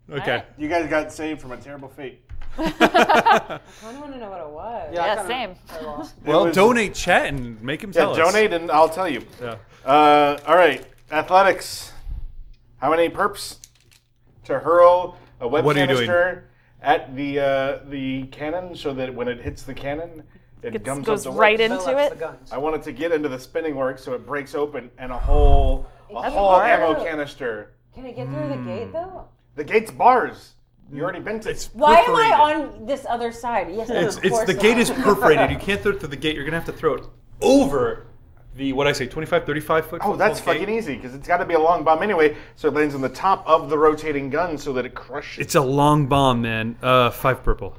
Okay. You guys got saved from a terrible fate. *laughs* *laughs* I don't want to know what it was. I Yeah, kinda- same. I lost. Well, was- donate chat and make him Yeah. tell us. donate, and I'll tell you. Yeah. Uh, all right, athletics. How many perps? to hurl a web What are you doing? canister at the uh, the cannon so that when it hits the cannon, it Gets- gums goes up the right works. into Fill up it? the guns. I wanted to get into the spinning works so it breaks open and a whole a That's whole hard. ammo canister. Can I get through the Mm. gate though? The gate's bars. You already bent it. Why am I Perforated. on this other side? Yes, It's, of it's course the I gate am. *laughs* is perforated. You can't throw it through the gate. You're gonna have to throw it over the what I say, 25, 35 foot. Oh, that's football gate. fucking easy because it's got to be a long bomb anyway, so it lands on the top of the rotating gun so that it crushes. It's a long bomb, man. Uh, five purple.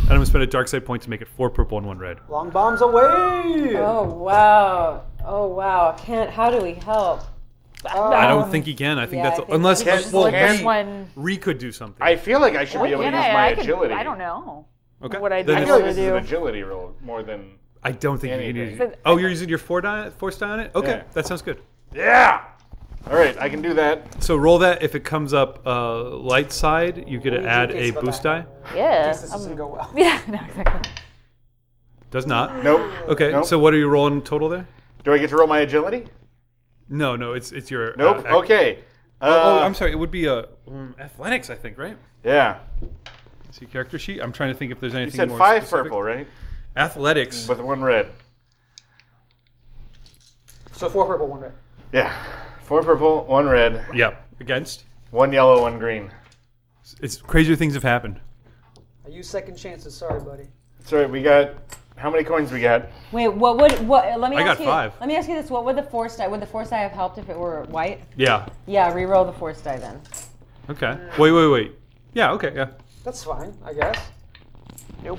And I'm gonna spend a dark side point to make it four purple and one red. Long bombs away. Oh wow! Oh wow! Can't. How do we help? I don't think he can. I think yeah, that's I think unless he can just well, let Ree- this one- Ree could do something. I feel like I should be able to use Can my I? I, can, agility. I don't know. okay. what I Then do. I it's- feel like What this do is I an do? agility roll more than. I don't think you need Anything. to. Oh, you're using your four die, force die on it. Okay, Yeah. that sounds good. Yeah. All right, I can do that. So roll that. If it comes up uh, light side, you could add a case, boost die. bye-bye. Yeah. This doesn't go well. *laughs* Yeah, no, exactly. Does not. Nope. Okay. Nope. So what are you rolling total there? Do I get to roll my agility? No, no. It's it's your. Nope. uh, ac- okay. Uh, Oh, I'm sorry. It would be a um, athletics, I think, right? Yeah. See character sheet. I'm trying to think if there's anything You said more five specific. purple, right? Athletics. With one red. So four purple, one red. Yeah. Four purple, one red, Yeah. Against. one yellow, one green. It's crazier things have happened. I use second chances. Sorry, buddy. Sorry, we got. How many coins we got? Wait, what would what? Let me. I ask got you, five. Let me ask you this: What would the force die? Would the force die have helped if it were white? Yeah. Yeah, reroll the force die then. Okay. Wait, wait, wait. Yeah. Okay. Yeah. *laughs* That's fine, I guess. Nope.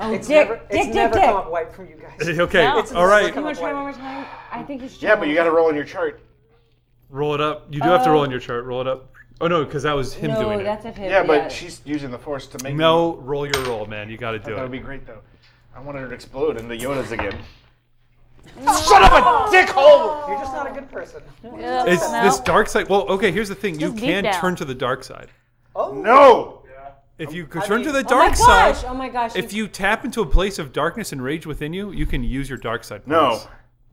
Oh, It's Dick, never, Dick, it's Dick, never Dick. come up white from you *laughs* guys. okay. No. All right. You want to try one more time? I think you should. Yeah, but you got to roll on your chart. Roll it up. You do have to roll on your chart. Roll it up. Oh no, because that was him no, doing that's it. a hit. Yeah, but she's using the force to make. No, roll your roll, man. You got to do That it. would be great though. I wanted her to explode into Yodas again. Son of a dickhole! You're just not a good person. It's this dark side. Well, okay. Here's the thing. You Just deep can down. turn to the dark side. Oh, No. If you could turn to mean- the Oh my dark side, gosh! Oh my gosh! if you tap into a place of darkness and rage within you, you can use your dark side. No. points.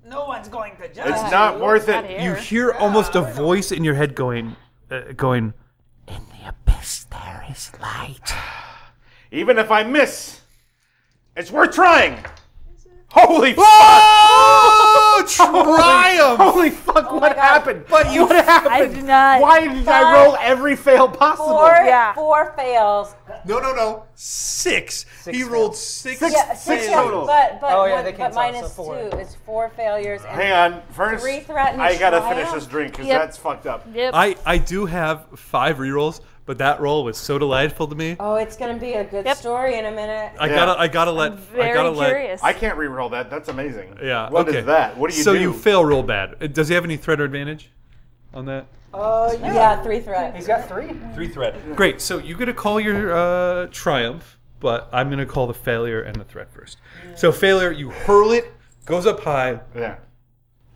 no one's going to judge. It's not worth Not it. here. You hear almost a voice in your head going, uh, going. Even if I miss, it's worth trying. Holy fuck! *laughs* Triumph! Holy fuck! what happened? But you what happened? I did not. Why did I roll every fail possible? four, Yeah. four fails. No, no, no. Six. he rolled six. Yeah, six fails. fails. But but, Oh, yeah, one- they but cancel out, so minus four. two is four failures. And Hang on. First, Three threatened I gotta trial? finish this drink because Yep. that's fucked up. Yep. I, I do have five rerolls, but that roll was so delightful to me. Oh, it's gonna be a good Yep. story in a minute. I gotta I gotta let I Very gotta curious. I can't re-roll that. That's amazing. let yeah. What is okay. that? What do you so do? you fail real bad. Uh, Does he have any threat or advantage on that? Uh, yeah. yeah, three threats. He's got three. Three threat. Great. So you get to call your uh, triumph, but I'm gonna call the failure and the threat first. So failure, you hurl it, goes up high, yeah.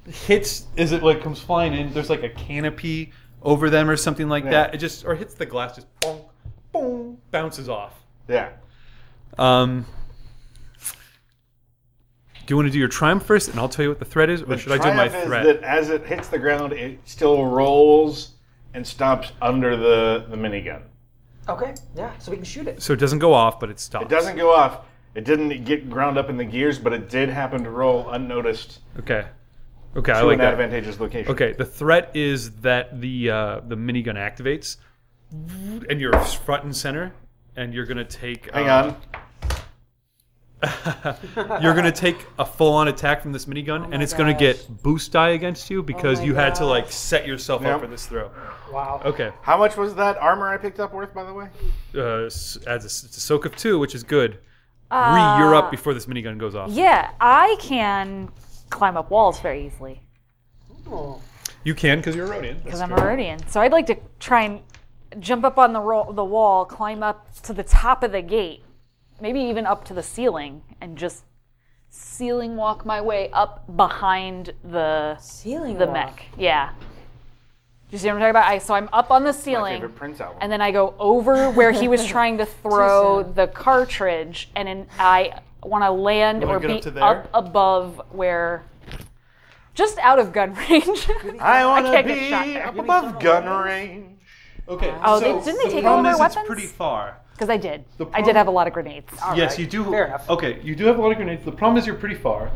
hits as it like comes flying in. There's like a canopy over them or something like Yeah. that. It just or hits the glass, just bonk, boom, bounces off. Yeah. Um, do you want to do your triumph first, and I'll tell you what the threat is, or should I do my Triumph is threat? that as it hits the ground, it still rolls and stops under the, the minigun. Okay, yeah, so we can shoot it. So it doesn't go off, but it stops. It doesn't go off. It didn't get ground up in the gears, but it did happen to roll unnoticed Okay. Okay, I to like an that. advantageous location. Okay, the threat is that the uh, the minigun activates, and you're front and center, and you're gonna take. Hang uh, on. you're gonna take a full on attack from this Oh minigun, and it's gonna get boost die against you because my you had to like set yourself Yep. up for this throw. Wow. Okay. How much was that armor I picked up worth, by the way? uh, s- adds a, s- it's a soak of two, which is good. Re, you're up before this minigun goes off. Uh, Yeah, I can climb up walls very easily You can because you're a Rodian. because I'm a Rodian. So I'd like to try and jump up on the ro- the wall, climb up to the top of the gate, maybe even up to the ceiling, and just ceiling walk my way up behind the Ceiling the wall. mech. Yeah. You see what I'm talking about? I, so I'm up on the My ceiling. favorite Prince album. and then I go over where he was trying to throw the cartridge, and then I want to land wanna or get be up to there? up above where, just out of gun *laughs* range. I want to can't get shot be there. up above gun range. Okay. Oh, so they- didn't they the take all problem of is our It's weapons? pretty far. Because I did. The I problem- did have a lot of grenades. yes, right, you do. fair enough. Okay, you do have a lot of grenades. The problem is you're pretty far.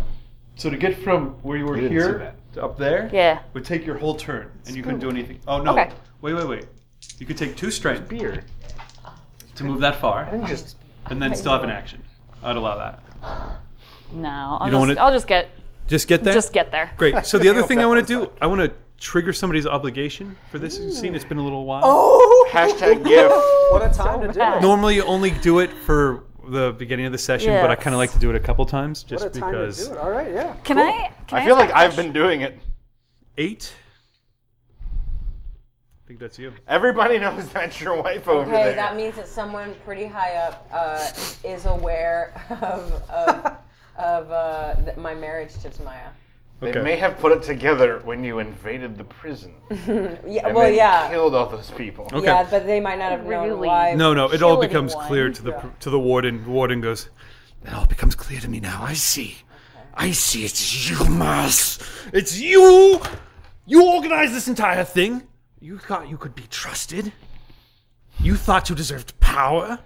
So to get from where you were You didn't see here that. to up there Yeah. would take your whole turn, and you couldn't do anything. Oh no! Okay. Wait, wait, wait. You could take two strength Beer. to move that far, And just and then still have an action. I'd allow that. No, I'll, don't just, wanna- I'll just get Just get there. just get there. *laughs* Great. So the other thing I want to do, I want to trigger somebody's obligation for this scene. It's been a little while. Oh! hashtag GIF. What a time to do it. Normally, you only do it for the beginning of the session, but I kind of Yes. like to do it a couple times just What a time because. to do it. All right, yeah. Can I? Can I, I feel ask like I've been doing it. Eight. I think that's you. Everybody knows that's your wife over Okay, there. that means that someone pretty high up uh, is aware of of, of uh, th- my marriage to Tamaya. they may have put it together when you invaded the prison. Yeah, and well, then yeah, Killed all those people. Okay. yeah, but they might not have known Really? why. No, no. It all Kill becomes anyone. clear to the to the warden. The warden goes. It all becomes clear to me now. I see. I see. It's you, Mars. It's you. You organized this entire thing. You thought you could be trusted. You thought you deserved power.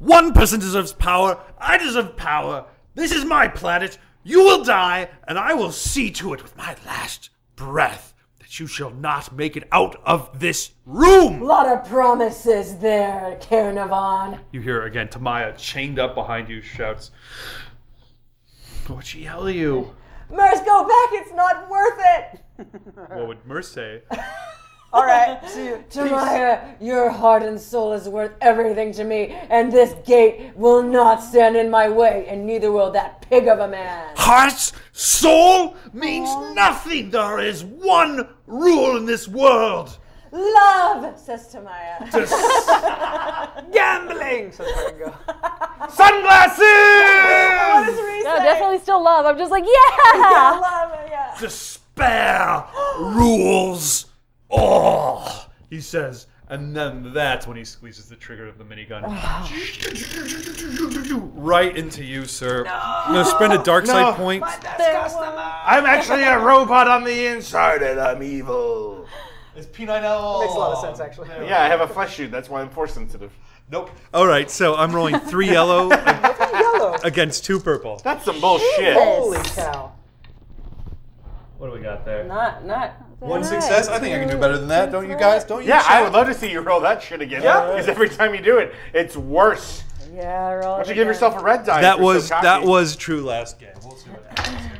One person deserves power. I deserve power. This is my planet. You will die, and I will see to it with my last breath that you shall not make it out of this room. A lot of promises there, Carnarvon. You hear again Tamaya chained up behind you shouts, What'd she yell at you? Mars, go back. It's not worth it. What would Merce say? All right, *laughs* see you. Tamaya, your heart and soul is worth everything to me, and this gate will not stand in my way, and neither will that pig of a man. Heart, soul means nothing. There is one rule in this world. Love, *laughs* says Tamaya. Gambling! So there you go. What Sunglasses! does Reese No, say? definitely still love. I'm just like, yeah. Love, yeah. Despair rules all. He says, and then that's when he squeezes the trigger of the minigun. right into you, sir. I'm gonna spend a dark side No. point. That's customer! I'm actually a robot on the inside and I'm evil. It's P9L. Makes a lot of sense, actually. Yeah, I have a flesh shoot. That's why I'm force sensitive. Nope. All right, so I'm rolling *laughs* three yellow ag- Yellow. against two purple. That's some bullshit. Holy cow. What do we got there? Not, not. One success. I think I can do better than that. Don't you guys? Don't you? Yeah, I would love to see you roll that shit again. Yeah. Because every time you do it, it's worse. Yeah, roll. Why don't you give *laughs* yourself a red die? That if you're was so cocky? that was true last game. We'll see what happens.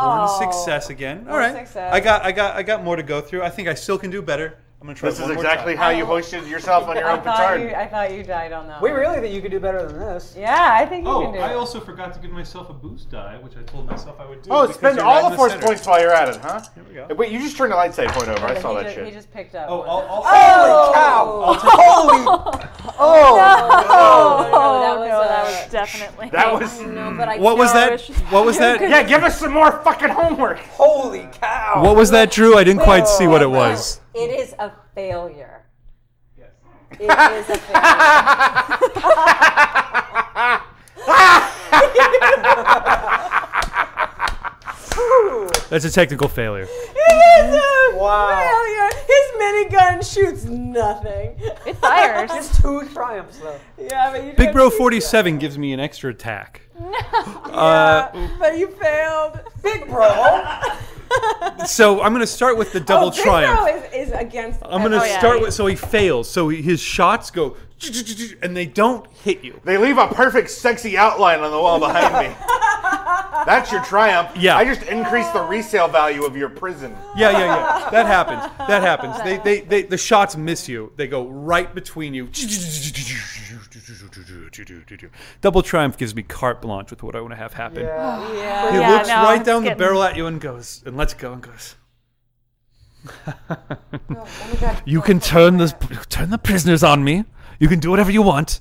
Oh, One success again. All right. success. I got I got I got more to go through. I think I still can do better. I'm gonna try This one is more exactly time. how you hoisted yourself on your own I thought, you, petard. I thought you died on that. We one. really think you could do better than this. Yeah, I think you Oh, can do I it. also forgot to give myself a boost die, which I told myself I would do. Oh, because spend you're right all in the force center. points while you're at it, huh? Here we go. Wait, you just turned the light side point over. I He saw that ju- He shit. just picked up. Oh, one. I'll, I'll, Holy! Oh! no, that was, no, that uh, was definitely. That was. No, but I what was still that? wish- What was that? Yeah, give us some more fucking *laughs* homework. Holy cow! What was that, Drew? I didn't quite see what it was. It is a failure. Yes. It is a *laughs* failure. That's a technical failure. it is a Wow. failure. His minigun shoots nothing. It *laughs* fires. It's two triumphs, though. *laughs* yeah, but you Big don't Bro shoot 47 gives me an extra attack. Uh, that, But you failed. Big *laughs* bro! so I'm going to start with the double oh, Big triumph. Bro is, is against. I'm going to Oh, yeah. start with so he fails. So he- his shots go *laughs* and they don't hit you. They leave a perfect, sexy outline on the wall behind me. That's your triumph. Yeah. I just increased the resale value of your prison. Yeah, yeah, *laughs* yeah. That happens. That happens. They, they, they the shots miss you. They go right between you. Double triumph gives me carte blanche with what I want to have happen. Yeah. He Yeah, looks no, right it's down the getting- barrel at you and goes and lets go and goes. Oh my god. You can turn the turn the prisoners on me. You can do whatever you want,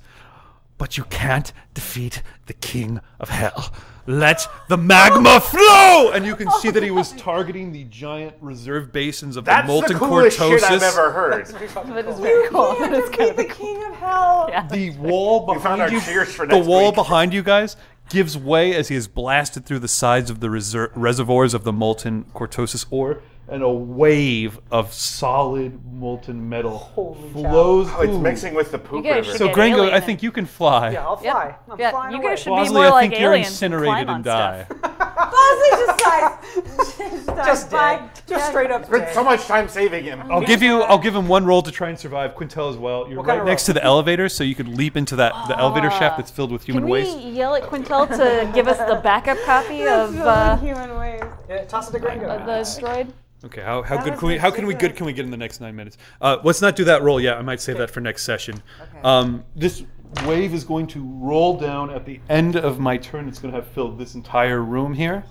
but you can't defeat the king of hell. Let the magma flow. And you can see that he was targeting the giant reserve basins of That's the molten the coolest cortosis. shit I've ever heard. *laughs* You have to be the king of hell. The wall found our behind you, cheers for the next wall week. behind you guys gives way as he is blasted through the sides of the reser- reservoirs of the molten cortosis ore, and a wave of solid molten metal flows. Oh, it's ooh. mixing with the poop You guys river. should So get Gringo, alien I then. think you can fly. Yeah, I'll Yep. fly. I'm yeah, flying you away. guys should be Bosley, more I like think you're aliens. and incinerated climb on and die. stuff. *laughs* Bosley *laughs* just died. just died. just by- dead. Just straight up Spent dead. so much time saving him. I'll give you. I'll give him one roll to try and survive. Quintel as well. You're What kind right of next roll? to the elevator, so you could leap into that the elevator shaft that's filled with human Ah, Can we waste. yell at Quintel to give us the backup *laughs* copy of uh, human ways. Yeah, toss it to Gringo. the droid? Okay, how, how good was can we my how can we good favorite. can we get in the next nine minutes? Uh, let's not do that roll yet. I might save that for next session. Um, this wave is going to roll down at the end of my turn. It's going to have filled this entire room here.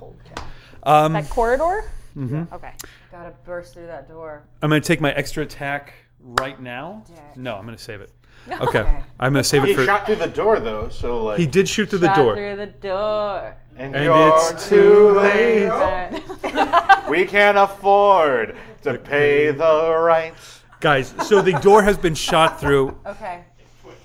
Um, That corridor? Mm-hmm. Okay. Gotta burst through that door. I'm going to take my extra attack right now. No, I'm going to save it. Okay, Okay. I'm going to save He it for. shot through the door though, so like. He did shoot through the Shot door. Through the door. and And you're it's too late. Alright. *laughs* We can't afford to pay the rights. Guys, so the door has been shot through. okay.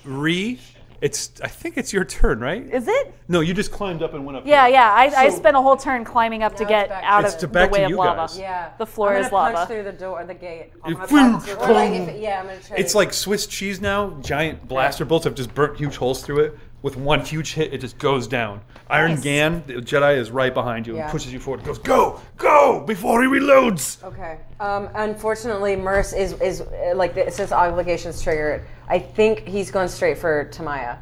Re, it's I think it's your turn, right? *laughs* Is it? No, you just climbed up and went up. Yeah, yeah. I, I So- spent a whole turn climbing up to Now get it's back out to- of It's the to- back to way of you lava. guys. Yeah. The floor I'm is gonna punch lava. through the door, the gate. I'm It- gonna punch through- or like if it- boom. yeah, I'm gonna try. It's to- like Swiss cheese now. Giant blaster bolts have just burnt huge holes through it. With one huge hit, it just goes down. Iron Gan, the Jedi, is right behind you and Yeah. pushes you forward. Goes, go, go before he reloads. Okay. Um, unfortunately, Merce is is uh, like the, since obligations triggered. I think he's going straight for Tamaya.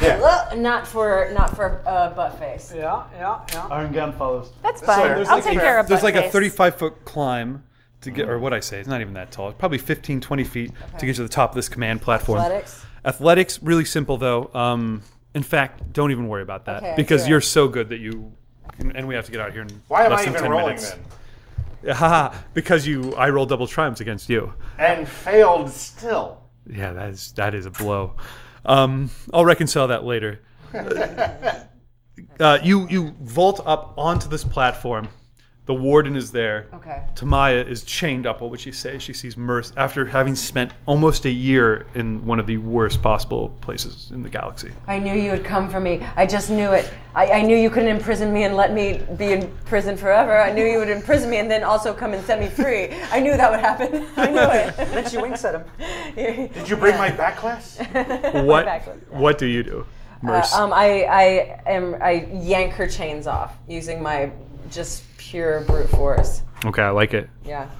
Yeah. Uh, not for not for uh, butt face. yeah, yeah, yeah. Iron Gun follows. That's fine. there's I'll like take a- care of There's like a Buttface. 35 foot climb to get, or what I say, it's not even that tall. It's probably 15, 20 feet to get to the top of this command platform. Athletics? Athletics, really simple though. Um, in fact, don't even worry about that Okay, because good. you're so good that you. And and we have to get out of here in Why am less I than even 10 rolling minutes. then? Haha, *laughs* because you, I roll double triumphs against you. And failed still. Yeah, that is that is a blow. Um, I'll reconcile that later. uh, you you vault up onto this platform. The warden is there. Okay. Tamaya is chained up. What would she say? She sees Merce after having spent almost a year in one of the worst possible places in the galaxy. I knew you would come for me. I just knew it. I, I knew you couldn't imprison me and let me be in prison forever. I knew you would imprison me and then also come and set me free. I knew that would happen. *laughs* I knew *laughs* Then she winks *laughs* at him. it. Did you bring my back class? What what do you do, Merce? Um, I, I am I yank her chains off using my just pure brute force. okay, I like it. Yeah,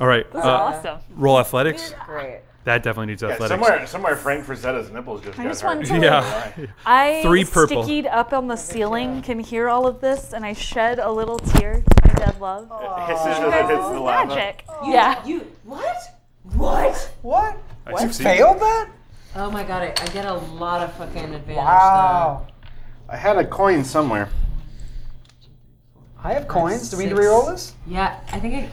All right, uh, Awesome. roll athletics. great. That definitely needs athletics. somewhere, somewhere, Frank Frazetta's nipples just got just hurt. wanted *laughs* to- Yeah. I Three purple. stickied up on the ceiling, can hear all of this, and I shed a little tear to my dead love. Hisses as it hits This the is lava. magic. Yeah. You what? What? What? I succeed. Failed that? Oh my god! I, I get a lot of fucking advantage. Wow. I had a coin somewhere. I have coins. Do we need to Six. reroll this? though. Yeah, I think. I,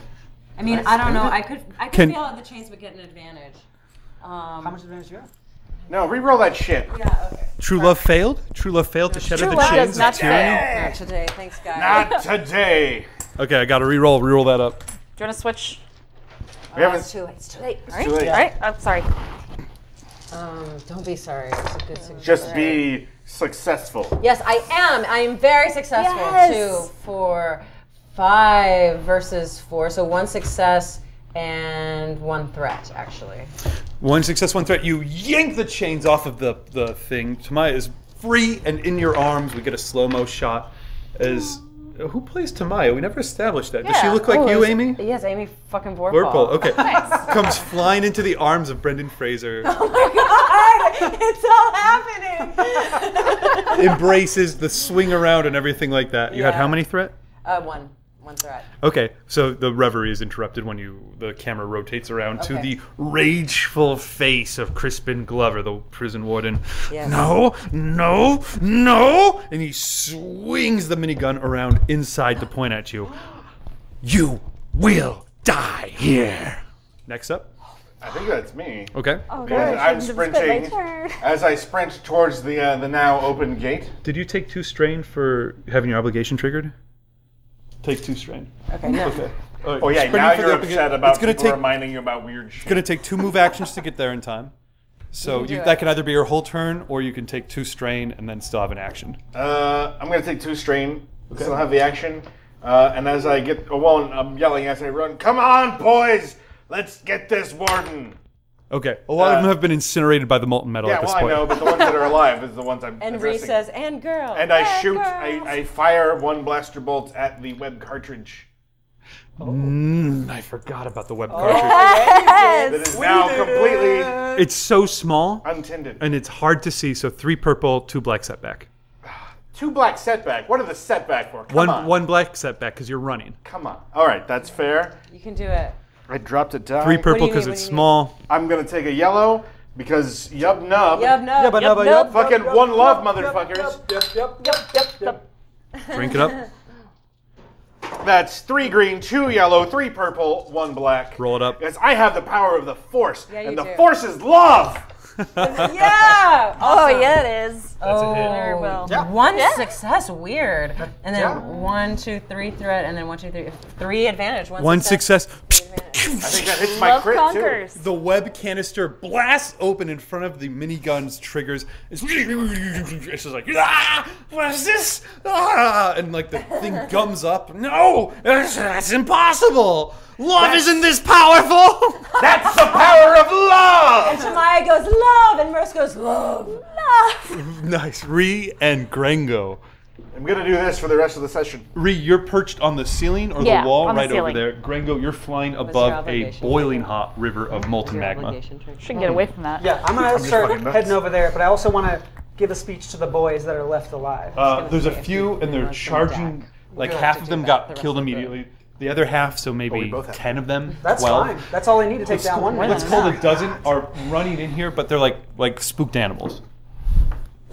I mean, I don't know. I could I could Can- fail at the chains but get an advantage. Um, How much advantage do you have? No, re-roll that shit. Yeah. Okay. True love failed. True love failed to shatter True the love chains. does of not tyranny? fail. Not today. Thanks, guys. Not today. Okay, I got to re-roll. Re-roll that up. Do you want to switch? Oh, We haven't. It's too late. It's too late. All right. too late. All right. I'm sorry. Um, don't be sorry. It's a good suggestion. Just be successful. Yes, I am. I am very successful. Yes. Two, four, five versus four. So one success and one threat, actually. One success, one threat. You yank the chains off of the the thing. Tamaya is free and in your arms. We get a slow mo shot. As who plays Tamaya? We never established that. Does she Yeah. look like Oh, you, is- Amy? Yes, Amy fucking Vorpal. Purple. *laughs* Okay. Comes flying into the arms of Brendan Fraser, Oh my god! It's *laughs* all happening. embraces the swing around and everything like that. You had Yeah. how many threat? uh, one, one threat. Okay, so the reverie is interrupted when you the camera rotates around to Okay. the rageful face of Crispin Glover, the prison warden. Yes. No, no, no! And he swings the minigun around inside to point at you. You will die here. Next up. I think that's me. Okay. As I'm my sprinting. *laughs* turn. As I sprint towards the uh, the now open gate. Did you take two strain for having your obligation triggered? Take two strain. Okay, no. Oh yeah, Sprinting now for the you're open gate. upset about It's gonna people take- reminding you about weird shit. gonna take two move actions to get there in time. So you, that can either be your whole turn, or you can take two strain and then still have an action. Uh, I'm gonna take two strain. Still have the action. Uh, Uh, and as I get, well, and I'm yelling as I run, come on, boys, let's get this warden. Okay. A lot Uh, of them have been incinerated by the molten metal Yeah, at this well, I point. know, but the ones that are alive is the ones I'm And Ree addressing. says, and girl. And I and shoot, girl." I, I fire one blaster bolt at the web cartridge Mm, I forgot about the web Oh. cartridge. Yes. that is now completely It's so small untended. and it's hard to see. So three purple, two black setback. Two black setback. What are the setback for? Come One on. one black setback because you're running. Come on. All right, that's fair. You can do it. I dropped it down. Three purple need? because What it's do you need? small. I'm gonna take a yellow because yub nub. Yub nub. Yeah, but yub, no, but nub. yub. Fucking one love, motherfuckers. Drink it up. That's three green, two yellow, three purple, one black. Roll it up. Yes, I have the power of the force, you and the do. force is love. Yeah. Oh yeah, it is. oh, Very well. One success, weird. And then one, two, three threat, and then one, two, three, three advantage. One, One success. I think that hits my Love crit conquers. The web canister blasts open in front of the miniguns triggers. It's, *laughs* it's just like, ah, what is this? Ah, and like the thing *laughs* gums up. No, that's, that's impossible. Love isn't this powerful. too. *laughs* That's the power of love. Maya goes love, and Merce goes love. Love. nice. Ree and Grango. I'm gonna do this for the rest of the session. Ree, you're perched on the ceiling or Yeah, the wall on the right over ceiling. there. Grango, you're flying your above a obligation? boiling hot river of molten magma. Shouldn't get away from that. Yeah, I'm gonna start fucking nuts. heading over there, but I also want to give a speech to the boys that are left alive. Uh, there's a few, and they're charging. Like half of them got killed immediately. The other half, so maybe both have. ten of them. That's 12. fine. That's all I need to take Let's down call, one. let's man. call it a dozen are running in here, but they're like like spooked animals.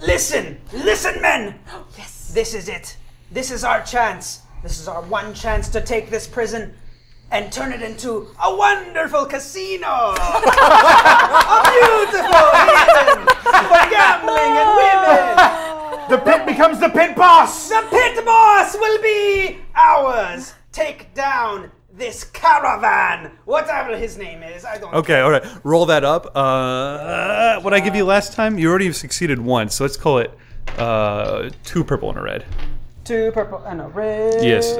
Listen, listen, men. Yes. This is it. This is our chance. This is our one chance to take this prison and turn it into a wonderful casino. *laughs* a beautiful haven for gambling and women. The pit becomes the pit boss. The pit boss will be ours. Take down this caravan, whatever his name is. I don't. Okay, all right, roll that up. Uh, what I give you last time, you already succeeded once, so let's call it uh, two purple and a red. Two purple and a red. Yes.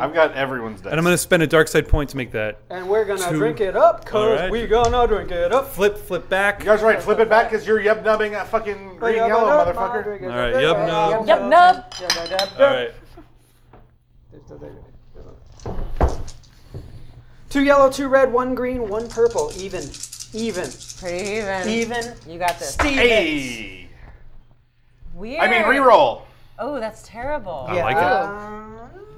I've got everyone's dice. And I'm gonna spend a dark side point to make that And we're gonna Two. drink it up, All cause right. we gonna drink it up. flip flip back. You guys right? Flip it back because you're yub nubbing a fucking green yellow motherfucker. All right, yep, no. Yep, nub. All right, Two yellow, two red, one green, one purple. Even. Even. Pretty even. Even. You got this. Stevens. Hey. Weird. I mean reroll. Oh, that's terrible. I like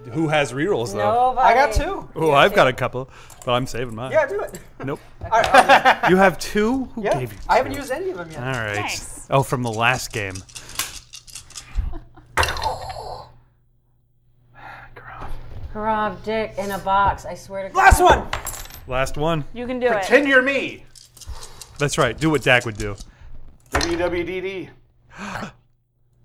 it. Who has rerolls though? Nobody. I got two. Oh, I've got a couple, but I'm saving mine. Yeah, do it. Nope. All right. You have two? Who Yeah. gave you? I haven't used any of them yet. All right. Nice. Oh, from the last game. Grab dick in a box. I swear to God. Last one. Last one. You can do it. Pretend you're me. That's right. Do what Dak would do. WWDD.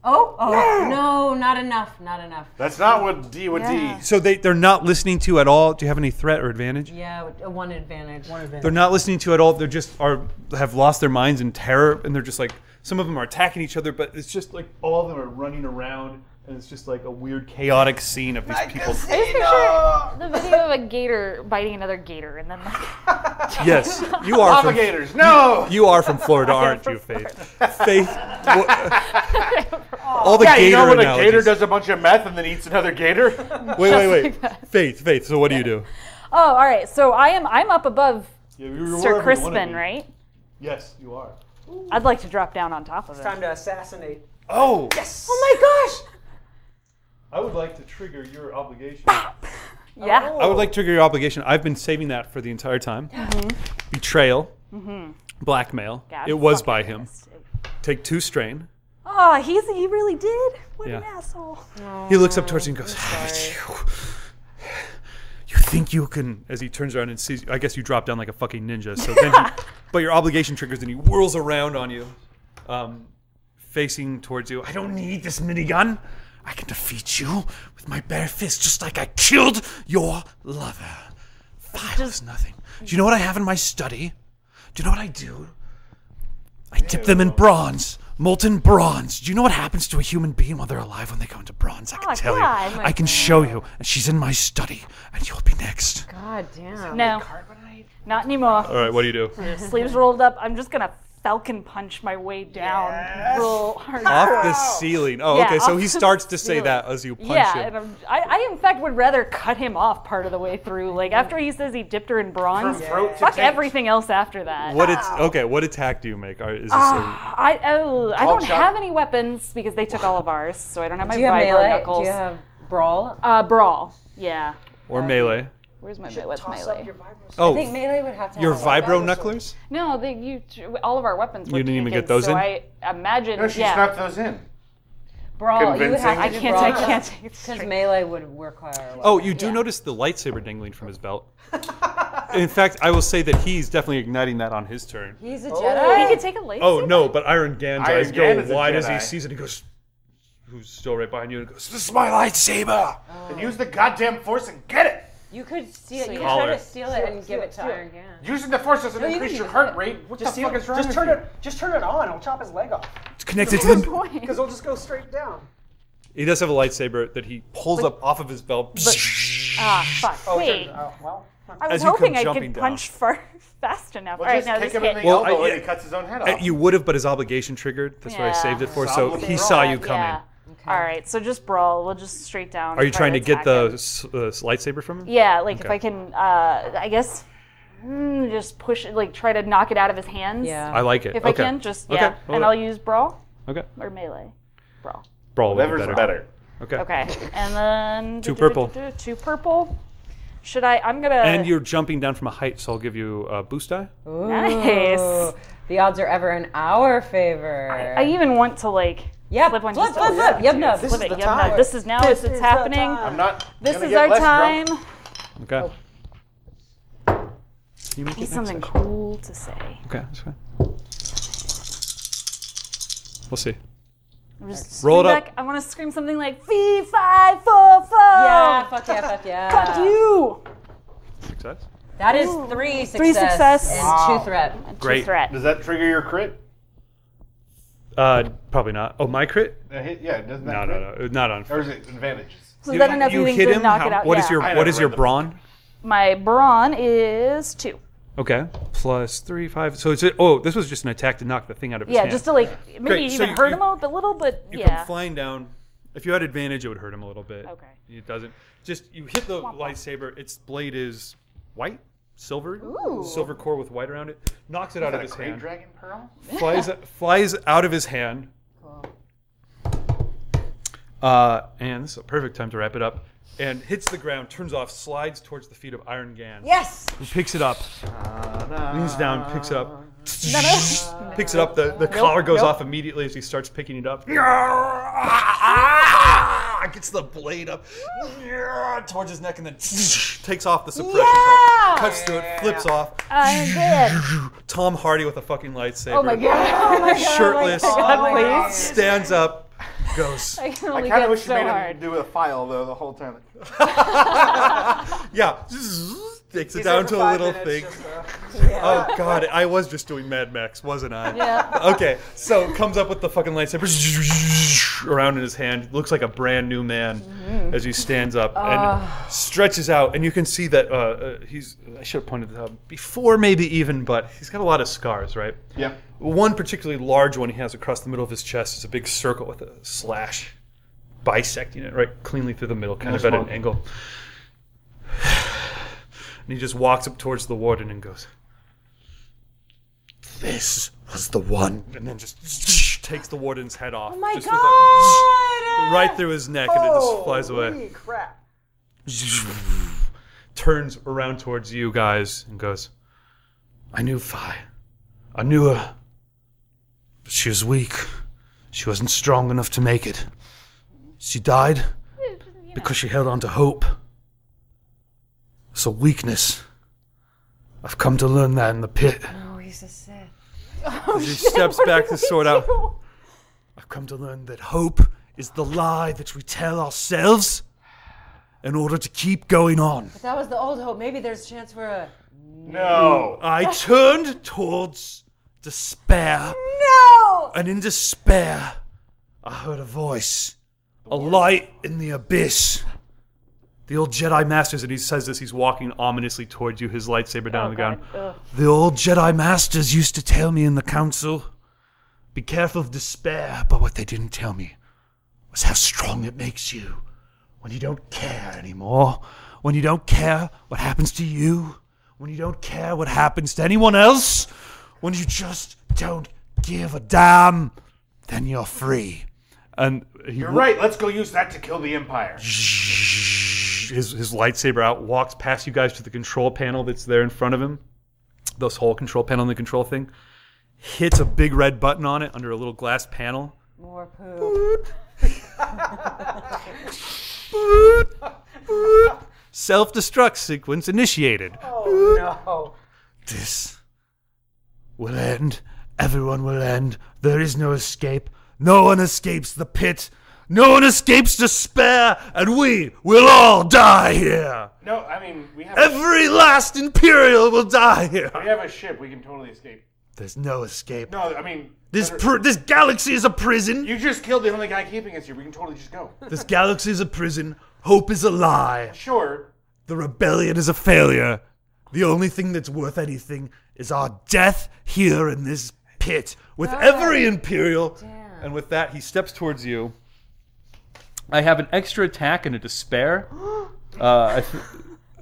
Oh, oh, no, not enough, not enough. That's not what D would D. So they, they're not listening to you at all. Do you have any threat or advantage? Yeah, uh, one advantage. One advantage. They're not listening to you at all. They're just are have lost their minds in terror, and they're just like some of them are attacking each other, but it's just like all of them are running around, and it's just like a weird chaotic scene of these people. The video of a gator biting another gator, and then like, Yes, you are from Obligators, no! you are *laughs* from Florida, aren't you, Faith? *laughs* Faith. what- all the yeah, gator you know when a analogies. gator does a bunch of meth and then eats *laughs* another gator? *laughs* Wait, wait, wait. Faith, Faith. So what do you do? *laughs* oh, all right. So I am. I'm up above Yeah, you were Sir wherever you wanna Crispin, be. right? Yes, you are. I'd like to drop down on top of Time it. to assassinate. Oh, Yes. Oh my gosh. I would like to trigger your obligation. Yeah. I would like to trigger your obligation. I've been saving that for the *gasps* entire time. Mm-hmm. Betrayal, blackmail. God, it was fucking by him. pissed. Take two strain. Oh, he's he really did. What an Yeah. asshole. He looks up towards you and goes, "Ah, *sighs* "You think you can?" As he turns around and sees, I guess you drop down like a fucking ninja. So *laughs* then, he, but your obligation triggers, and he whirls around on you, um, facing towards you. I don't need this minigun. I can defeat you with my bare fist, just like I killed your lover. Vile is nothing. Do you know what I have in my study? Do you know what I do? I dip them in bronze. molten bronze. Do you know what happens to a human being while they're alive when they go into bronze? I can Oh, tell yeah, you. my I can show you. And she's in my study, and you'll be next. God damn. No, not anymore. All right, what do you do? Sleeves rolled up. I'm just gonna falcon punch my way down. Real hard. off the ceiling. Oh, Yeah, okay. So off he the starts to say ceiling. that as you punch yeah, him. and I'm, I, I in fact would rather cut him off part of the way through. Like after he says he dipped her in bronze, fuck everything else after that. What it's "Oh." okay? What attack do you make? Are, is this a, I oh I don't shot. have any weapons because they took all of ours, so I don't have my Do you have vibro melee? Do knuckles. you have brawl? Uh, brawl. Yeah. or melee? Where's my melee? melee? Oh, I think melee would have to. your have a weapon. vibro knucklers? No, they, you all of our weapons. Were You didn't even get taken, those so in? I imagine. No, she yeah. strapped those in. Brawl. You would have Convincing. to I do can't. brawl I can't take it Because straight. melee would require. A Oh, you do notice the lightsaber dangling from *laughs* his belt. In fact, I will say that he's definitely igniting that on his turn. He's a Jedi. He could take a laser. Oh no, but Iron Gan's Iron eyes Gan go is a wide as he Jedi. sees it. He goes, "Who's still right behind you?" And goes, "This is my lightsaber." Then use the goddamn force and get it. You could steal. You could Collar. try to steal it and give it to Iron Gan. Using the force doesn't you increase can your use heart it. rate. What Just, the steal, fuck is wrong just with turn you? it. Just turn it on. I'll chop his leg off. It's connected *laughs* to the. Because it'll just go straight down. He does have a lightsaber that he pulls up off of his belt. Ah, fuck. Wait. Oh well. I was As you come hoping I jumping could down. punch far *laughs* fast enough. Well, All right, just no, kick this him in the hit. Well, elbow I- and he cuts his own head Uh, off. You would have, but his obligation triggered. That's what I Yeah. saved it for. So he Obligation. saw Yeah. you coming. All right, so just brawl. We'll just straight down. Are you trying to get attack the him. s- uh, s- lightsaber from him? Yeah, like if Okay. I can, uh, I guess, mm, just push it, like try to knock it out of his hands. Yeah. I like it. If I okay. can, just, Okay, yeah. hold and it. I'll use brawl Okay. or melee. Brawl. Brawl would be Whatever's better. better. Okay. Okay, and then. *laughs* Two purple. Two purple. Should I? I'm gonna. And you're jumping down from a height, so I'll give you a boost die. Oh. Nice. Ooh, The odds are ever in our favor. I even want to like Yep. flip one Flip, just flip, over. flip. Yep, no. Flip *laughs* it, yep, no. This is now as it's is the happening. time. I'm not. This gonna is get our less time. drunk. Okay. Can you make Need it next Oh. something session? cool to say. Okay, that's fine. We'll see. I'm just Roll scream it up. back. I want to scream something like "Fee fi fo fo." Yeah, fuck yeah, fuck yeah. Fuck you. Success. That is three success. success. And two threat. And two Great. Threat. Does that trigger your crit? Uh, probably not. Oh, my crit? A Uh, hit? Yeah, doesn't that No, crit? no, no, not on. Or is it advantages? So that enough you you hit to him. knock How- it out. What yeah. is your I What never is your read the- brawn? My brawn is two. Okay, plus three, five. So it's a, oh, this was just an attack to knock the thing out of his Yeah, hand. just to like maybe Great, so even you- hurt you- him up a little, but You yeah. come flying down. If you had advantage, it would hurt him a little bit. Okay. It doesn't. Just you hit the lightsaber. Its blade is white, silver, silver core with white around it. Knocks it out of his hand. Dragon Pearl? Flies flies out of his hand. Uh, and this is a perfect time to wrap it up. And hits the ground, turns off, slides towards the feet of Iron Gan. Yes. Who picks it up, leans down, picks it *laughs* up, picks it up. The, the collar goes off immediately as he starts picking *laughs* it up. Gets the blade up *laughs* towards his neck and then *laughs* takes off the suppression Yeah! collar, cuts through it, flips off. *laughs* I'm dead. Tom Hardy with a fucking lightsaber, Oh my *laughs* god. oh shirtless, Oh God, please. stands up, *laughs* goes. I can I only kind get of wish so you made hard. him do a file though the whole time. Yeah, *laughs* takes it down to a little thing. uh, Oh god, I was just doing Mad Max, wasn't I? Yeah. Okay, so comes up with the fucking lightsaber around in his hand. Looks like a brand new man as he stands up and stretches out, and you can see that uh, uh, he's. I should have pointed this out before, maybe even, but he's got a lot of scars, right? Yep. One particularly large one he has across the middle of his chest is a big circle with a slash bisecting it right cleanly through the middle, kind No of at an smoke. angle. And he just walks up towards the warden and goes, This was the one. And then just *laughs* takes the warden's head off. Oh my just with a- right through his neck and it just flies away. Holy crap. Turns around towards you guys and goes, I knew Fi. I knew her. But she was weak. She wasn't strong enough to make it. She died because she held on to hope. It's a weakness. I've come to learn that in the pit. Oh, he's a Sith. As he steps back to sword out. I've come to learn that hope is the lie that we tell ourselves in order to keep going on. But that was the old hope. Maybe there's a chance for a. No. I turned towards despair No. and in despair, I heard a voice, a light in the abyss. The old Jedi Masters, and he says this, he's walking ominously towards you, his lightsaber down on the ground. The old Jedi Masters used to tell me in the council be careful of despair, but what they didn't tell me was how strong it makes you when you don't care anymore, when you don't care what happens to you, when you don't care what happens to anyone else, when you just don't give a damn, then you're free. And he You're right. Let's go use that to kill the Empire. his, his lightsaber out, walks past you guys to the control panel that's there in front of him. This whole control panel and the control thing. Hits a big red button on it under a little glass panel. More poop. Self destruct sequence initiated. Oh This will end. Everyone will end. There is no escape. No one escapes the pit. No one escapes despair. And we will all die here. No, I mean we have Every last Imperial will die we here. have a ship. We can totally escape. There's no escape. No, I mean This pr- this galaxy is a prison. you just killed the only guy keeping us here. We can totally just go. This galaxy is a prison. Hope is a lie. Sure. The rebellion is a failure. The only thing that's worth anything is our death here in this pit with every imperial. And with that, he steps towards you. I have an extra attack and a despair. Uh, I th-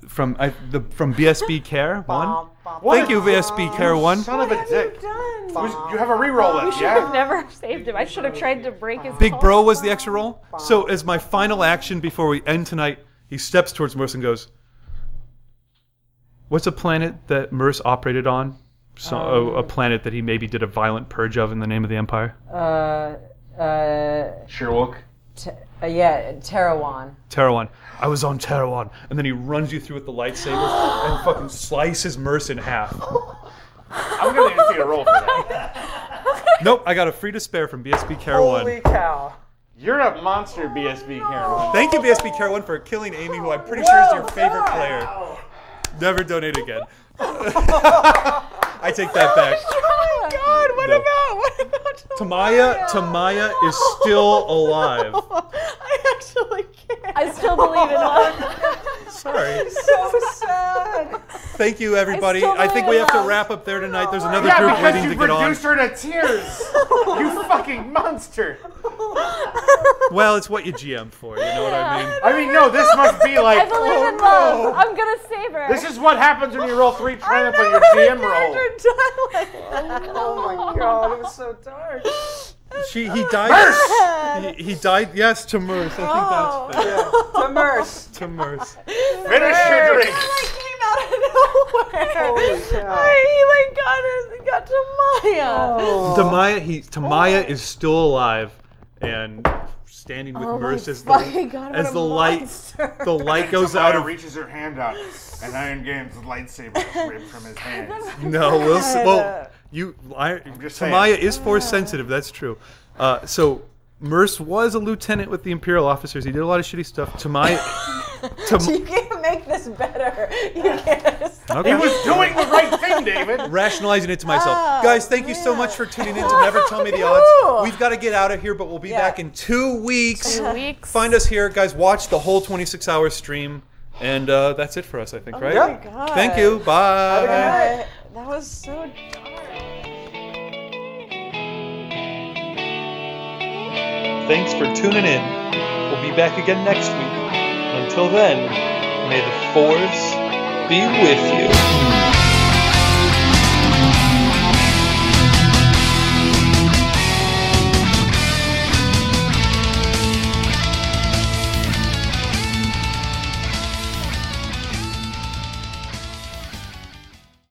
from I, the from BSB Care one. Thank you, BSB Care one. Son of a dick. Done. Who's- You have a reroll left. Yeah. *laughs* I've *laughs* never saved him. I should have tried to break his. Big Bro was the extra roll. So as my final action before we end tonight, he steps towards Merce and goes, "What's a planet that Merce operated on? So oh, a, a planet that he maybe did a violent purge of in the name of the Empire? Uh, uh, Sherlock. t- uh, yeah, Tarawan. Tarawan. I was on Tarawan." And then he runs you through with the lightsaber and fucking slices Merce in half. I'm gonna need to see a roll for that. Nope, I got a free despair from BSB Care Holy One. cow. You're a monster, BSB Karen. Thank you, BSB Care One, for killing Amy, who I'm pretty sure is your favorite player. Never donate again. *laughs* I take that back. Oh my God! What No. about what about? Tamaya, Tamaya is still alive. I actually can't. *laughs* I still believe in love. Sorry. So sad. Thank you, everybody. still I think we have to alive. wrap up there tonight. There's another Yeah, group because waiting you to get on. reduced her to tears. you fucking monster. Well, it's what you GM for. You know what *laughs* I mean? I mean, no, this must be like. I believe oh, in love. no. I'm gonna save her. This is what happens when you roll three triumph on your GM roll. Oh my god, it was so dark. She, he died. He, he died. Yes, to Merce. I think that's fair. Immerse. *laughs* To Merce. Finish your drink. came out of nowhere. Holy cow. Oh. I, he like got it, got to Maya. *laughs* Tamaya, he Tamaya is still alive and standing with Merce as the, God, as the light the light goes out Maya of reaches her hand out, and Iron Game's lightsaber is ripped from his hand. no. We'll, s- well you I, just Tamaya saying. is force sensitive. That's true. Uh, so Merce was a lieutenant with the Imperial officers. He did a lot of shitty stuff. Tamaya, *laughs* You can't make this better. You can't. okay. He was doing the right thing, David. rationalizing it to myself. Guys, thank you so much for tuning in to Never Tell Me the No. Odds. We've got to get out of here, but we'll be back in two weeks. Two weeks. Find us here, guys. Watch the whole 26 hour stream. And uh, that's it for us, I think, right? God. Thank you. Bye. That that was so Thanks for tuning in. We'll be back again next week. Until then, may the force be with you.